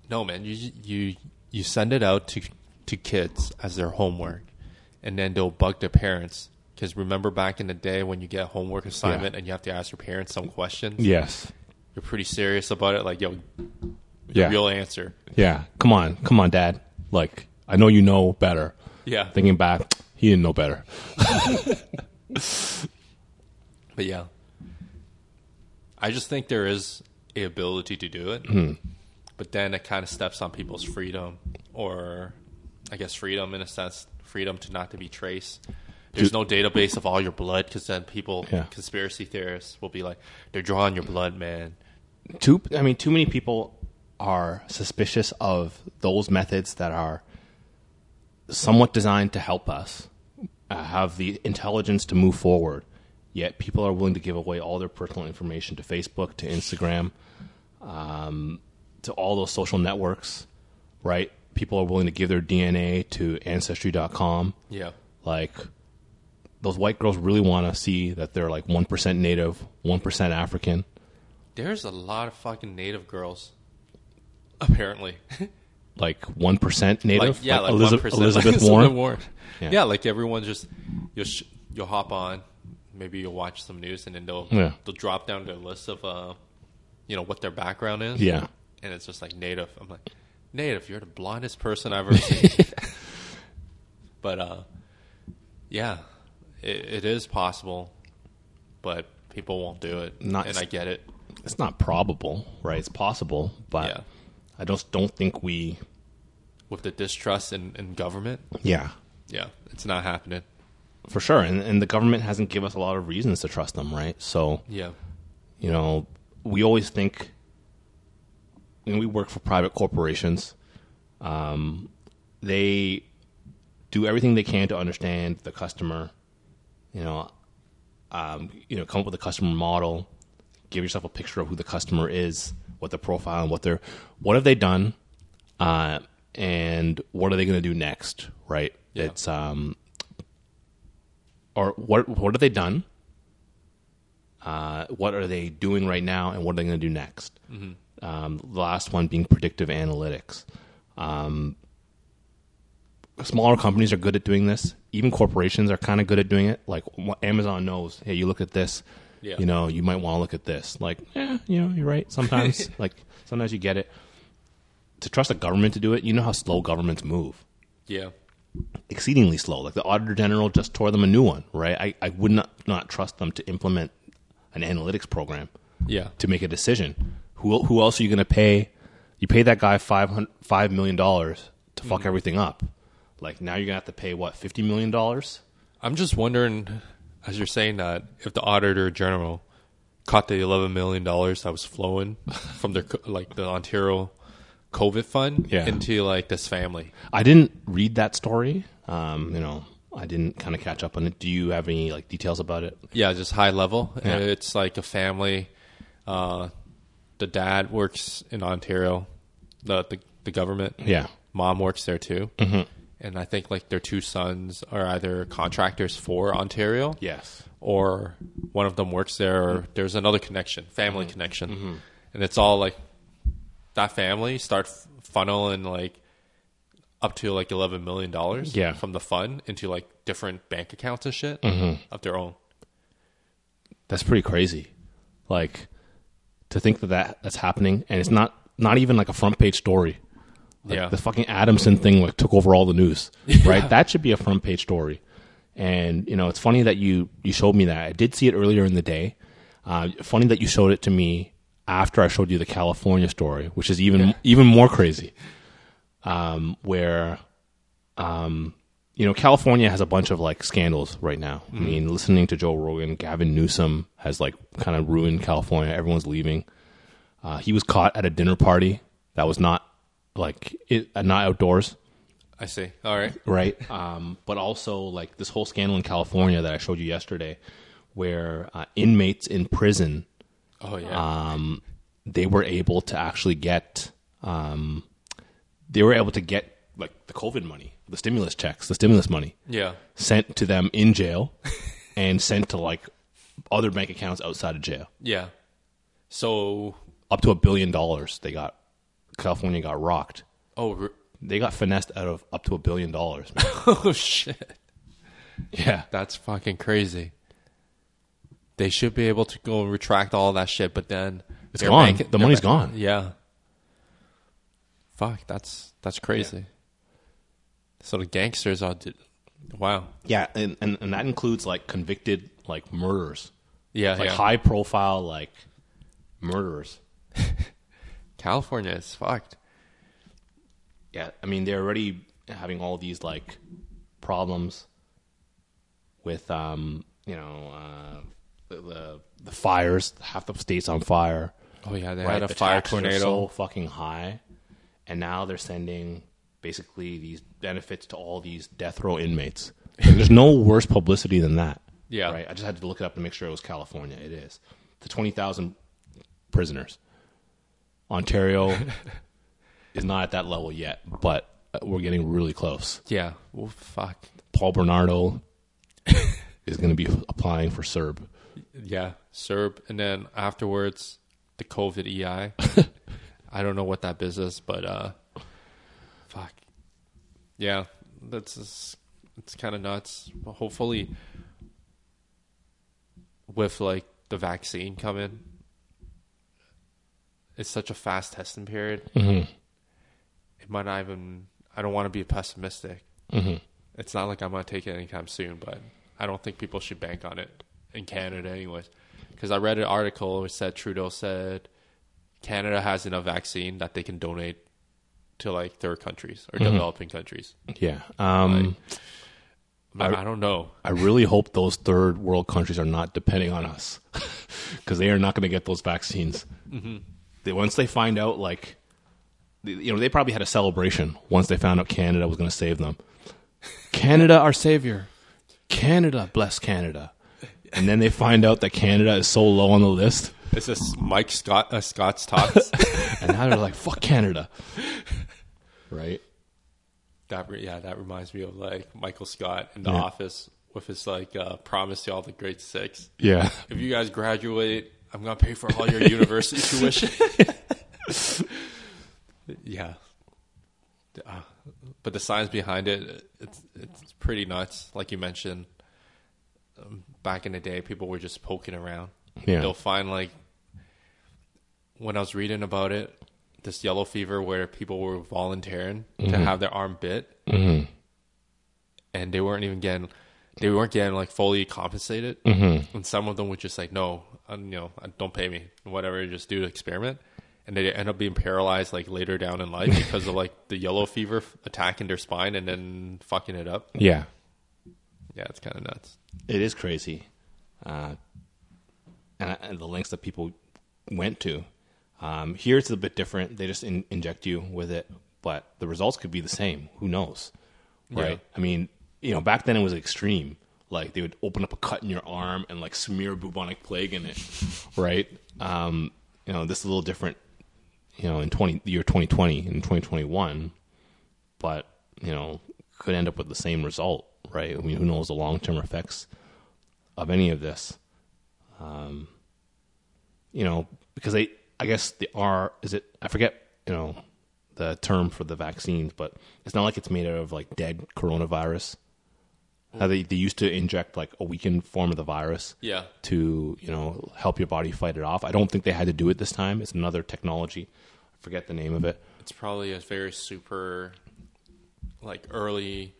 Speaker 2: no, man, you you you send it out to to kids as their homework and then they'll bug their parents cuz remember back in the day when you get a homework assignment and you have to ask your parents some questions,
Speaker 1: Yes.
Speaker 2: you're pretty serious about it like yo
Speaker 1: Yeah.
Speaker 2: real answer.
Speaker 1: Yeah. Come on, come on, Dad. Like I know you know better.
Speaker 2: Yeah.
Speaker 1: Thinking back, he didn't know better.
Speaker 2: But yeah, I just think there is a ability to do it, but then it kind of steps on people's freedom, or I guess freedom in a sense, freedom to not to be traced. There's no database of all your blood because then people,
Speaker 1: Yeah.
Speaker 2: conspiracy theorists, will be like, they're drawing your blood, man.
Speaker 1: too i mean too many people are suspicious of those methods that are somewhat designed to help us uh, have the intelligence to move forward yet people are willing to give away all their personal information to facebook to instagram um, to all those social networks right people are willing to give their dna to ancestry.com
Speaker 2: Yeah,
Speaker 1: like those white girls really want to see that they're like 1% native 1% african
Speaker 2: there's a lot of fucking native girls, apparently. <laughs>
Speaker 1: like one percent native,
Speaker 2: like yeah, like
Speaker 1: Eliza-
Speaker 2: one percent <laughs>
Speaker 1: Elizabeth Warren. Yeah.
Speaker 2: Yeah. like everyone just you'll sh- you'll hop on, maybe you'll watch some news, and then they'll
Speaker 1: Yeah.
Speaker 2: they'll drop down their list of uh, you know, what their background is.
Speaker 1: Yeah,
Speaker 2: and it's just like native. I'm like, native, you're the blondest person I've ever seen.
Speaker 1: <laughs>
Speaker 2: but uh, yeah, it, it is possible, but people won't do it,
Speaker 1: Not-
Speaker 2: and I get it.
Speaker 1: it's not probable, right? It's possible, but
Speaker 2: Yeah.
Speaker 1: I just don't think we.
Speaker 2: With the distrust in, in government,
Speaker 1: Yeah,
Speaker 2: yeah, it's not happening.
Speaker 1: for sure. And and the government hasn't given us a lot of reasons to trust them, right? So
Speaker 2: Yeah,
Speaker 1: you know, we always think when we work for private corporations, um, they do everything they can to understand the customer. You know, um, you know, come up with a customer model. Give yourself a picture of who the customer is, what their profile, and what they're, what have they done, uh, and what are they going to do next, right?
Speaker 2: Yeah.
Speaker 1: It's um, or what what have they done? uh, what are they doing right now and what are they going to do next um, the last one being predictive analytics um, smaller companies are good at doing this even corporations are kind of good at doing it like wh- amazon knows hey you look at this
Speaker 2: Yeah.
Speaker 1: you know you might want to look at this like yeah you know you're right sometimes like sometimes you get it to trust a government to do it you know how slow governments move
Speaker 2: yeah,
Speaker 1: exceedingly slow. Like the Auditor General just tore them a new one, right? I, I would not, not trust them to implement an analytics program
Speaker 2: yeah,
Speaker 1: to make a decision. Who, who else are you going to pay? You pay that guy five hundred five million dollars to fuck everything up. Like now you're going to have to pay what fifty million dollars?
Speaker 2: I'm just wondering, as you're saying that, if the auditor general caught the 11 million dollars that was flowing <laughs> from their co- like the Ontario COVID fund
Speaker 1: Yeah.
Speaker 2: into like this family.
Speaker 1: I didn't read that story. Um, you know, I didn't kind of catch up on it. Do you have any like details about it?
Speaker 2: Yeah, just high level.
Speaker 1: Yeah.
Speaker 2: It's like a family. Uh, the dad works in Ontario, the the, the government.
Speaker 1: Yeah.
Speaker 2: Mom works there too. Mm-hmm. And I think like their two sons are either contractors for Ontario.
Speaker 1: Yes.
Speaker 2: or one of them works there or there's another connection
Speaker 1: Mm-hmm.
Speaker 2: family connection and it's all like that family start f- funneling like up to like 11 million dollars
Speaker 1: Yeah.
Speaker 2: from the fund into like different bank accounts and shit
Speaker 1: Mm-hmm.
Speaker 2: of their own
Speaker 1: That's pretty crazy. Like to think that, that that's happening and it's not not even like a front page story. Like,
Speaker 2: yeah
Speaker 1: The fucking Adamson thing like took over all the news, right? That should be a front page story. And you know, it's funny that you you showed me that. I did see it earlier in the day. Uh, funny that you showed it to me after I showed you the California story, which is even even more crazy. Um, where um, you know, California has a bunch of like scandals right now. I mean, listening to Joe Rogan, Gavin Newsom has like kind of ruined California. Everyone's leaving. Uh, he was caught at a dinner party that was not like it, uh, not outdoors,
Speaker 2: i see all right
Speaker 1: right? um, but also like this whole scandal in California that I showed you yesterday, where uh, inmates in prison
Speaker 2: Oh yeah.
Speaker 1: um, they were able to actually get um, they were able to get like the COVID money, the stimulus checks, the stimulus money
Speaker 2: yeah.
Speaker 1: sent to them in jail and sent to like other bank accounts outside of jail.
Speaker 2: Yeah. So
Speaker 1: Up to a billion dollars they got California got rocked.
Speaker 2: oh re-
Speaker 1: They got finessed out of up to a billion dollars. man.
Speaker 2: <laughs> oh shit.
Speaker 1: <laughs> yeah.
Speaker 2: That's fucking crazy. They should be able to go and retract all that shit, but then
Speaker 1: It's
Speaker 2: their
Speaker 1: gone. The
Speaker 2: their
Speaker 1: money's
Speaker 2: bank-
Speaker 1: gone.
Speaker 2: Yeah. Fuck, that's that's crazy. So the gangsters are, d- wow.
Speaker 1: Yeah, and, and, and that includes like convicted like murderers.
Speaker 2: Yeah,
Speaker 1: Like
Speaker 2: yeah.
Speaker 1: high profile like murderers.
Speaker 2: California is fucked.
Speaker 1: yeah, I mean they're already having all these like problems with um you know uh, the, the the fires. Half the state's on fire.
Speaker 2: Oh yeah, they
Speaker 1: right,
Speaker 2: had a
Speaker 1: the
Speaker 2: fire
Speaker 1: taxes are
Speaker 2: tornado.
Speaker 1: so fucking high, and now they're sending basically these benefits to all these death row
Speaker 2: <laughs>
Speaker 1: inmates. Like, there's no worse publicity than that.
Speaker 2: Yeah.
Speaker 1: right. I just had to look it up to make sure it was California. It is the twenty thousand prisoners.
Speaker 2: <laughs>
Speaker 1: Ontario is not at that level yet, but uh, we're getting really close.
Speaker 2: yeah. Well, fuck.
Speaker 1: Paul
Speaker 2: <laughs>
Speaker 1: Bernardo is going to be applying for E CERB.
Speaker 2: Yeah, Serb, and then afterwards the COVID EI. I don't know what that business, but uh, fuck, yeah, that's just, it's kind of nuts. But hopefully, with like the vaccine coming, it's such a fast testing period. It might not even. I don't want to be pessimistic. It's not like I'm gonna take it anytime soon, but I don't think people should bank on it in Canada, anyways. Because I read an article which said Trudeau said Canada has enough vaccine that they can donate to like third countries or developing countries.
Speaker 1: Yeah. Um,
Speaker 2: But I, don't know.
Speaker 1: I really hope those third world countries are not depending on us <laughs> because they are not going to get those vaccines. They, once they find out, like, th- you know, they probably had a celebration once they found out Canada was going to save them. Canada, our savior. Canada, bless Canada. And then they find out that Canada is so low on the list.
Speaker 2: Is this Mike Scott uh, Scott's talks?
Speaker 1: And now they're like, fuck <laughs> Canada. Right?
Speaker 2: that re- yeah, that reminds me of like Michael Scott in The
Speaker 1: Yeah.
Speaker 2: Office with his like uh, promise to all the grade six.
Speaker 1: Yeah.
Speaker 2: If you guys graduate, I'm gonna pay for all your university tuition. yeah, Uh, but the science behind it, it's it's pretty nuts. Like you mentioned, um, back in the day, people were just poking around.
Speaker 1: Yeah.
Speaker 2: They'll find like when I was reading about it, this yellow fever where people were volunteering to have their arm bit, and they weren't even getting they weren't getting like fully compensated and some of them would just like no uh, you know uh, don't pay me whatever just do the experiment and they end up being paralyzed like later down in life because of like the yellow fever f- attacking their spine and then fucking it up
Speaker 1: Yeah.
Speaker 2: yeah it's kind of nuts
Speaker 1: It is crazy, uh, and, I- and the lengths that people went to. Um, here it's a bit different. They just in, inject you with it, but the results could be the same. Who knows, right?
Speaker 2: Yeah.
Speaker 1: I mean, you know, back then it was extreme. Like they would open up a cut in your arm and like smear bubonic plague in it, right? Um, you know, this is a little different. You know, in twenty the year twenty twenty and twenty twenty one, but you know, could end up with the same result, right? I mean, who knows the long term effects of any of this. Um, you know, because they, I guess the R is it? I forget. You know, the term for the vaccines, but it's not like it's made out of like dead coronavirus. How they they used to inject like a weakened form of the virus
Speaker 2: yeah
Speaker 1: to you know help your body fight it off. I don't think they had to do it this time. It's another technology. I forget the name of it.
Speaker 2: it's probably a very super like early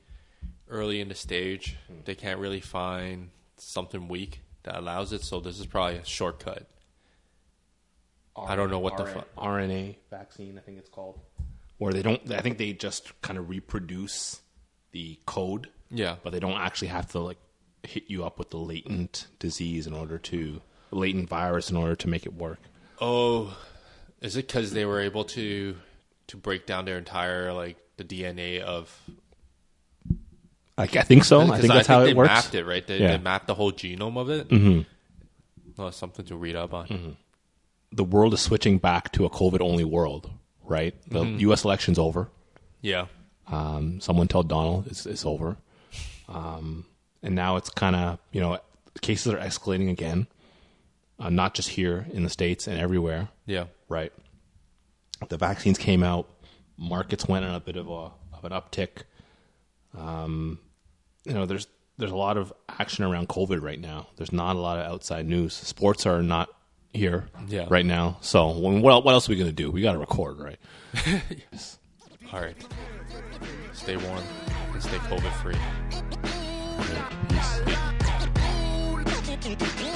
Speaker 2: early in the stage they can't really find something weak that allows it so this is probably a shortcut I don't know what the
Speaker 1: RN
Speaker 2: fuck.
Speaker 1: RNA vaccine, I think it's called, where they don't. I think they just kind of reproduce the code,
Speaker 2: yeah
Speaker 1: but they don't actually have to like hit you up with the latent disease in order to latent virus in order to make it work.
Speaker 2: Oh, is it because they were able to to break down their entire like the DNA of?
Speaker 1: I, I think so. I
Speaker 2: 'cause
Speaker 1: think that's how
Speaker 2: they
Speaker 1: it works.
Speaker 2: Mapped it Oh, right. They,
Speaker 1: Yeah. Mm-hmm.
Speaker 2: they mapped the whole genome of it. Well, it's something to read up on.
Speaker 1: the world is switching back to a COVID only world, right? The U.S. election's over.
Speaker 2: Yeah.
Speaker 1: Um, someone tell Donald it's, it's over. Um, and now it's kind of, you know, cases are escalating again, uh, not just here in the States and everywhere,
Speaker 2: Yeah.
Speaker 1: right? The vaccines came out, markets went on a bit of, a, of an uptick. Um, you know, there's there's a lot of action around COVID right now. There's not a lot of outside news. Sports are not here
Speaker 2: Yeah.
Speaker 1: right now. So when, what, el- what else are we going to do? We got to record, right?
Speaker 2: All right. Stay warm and stay COVID free.
Speaker 1: Peace.
Speaker 3: Peace.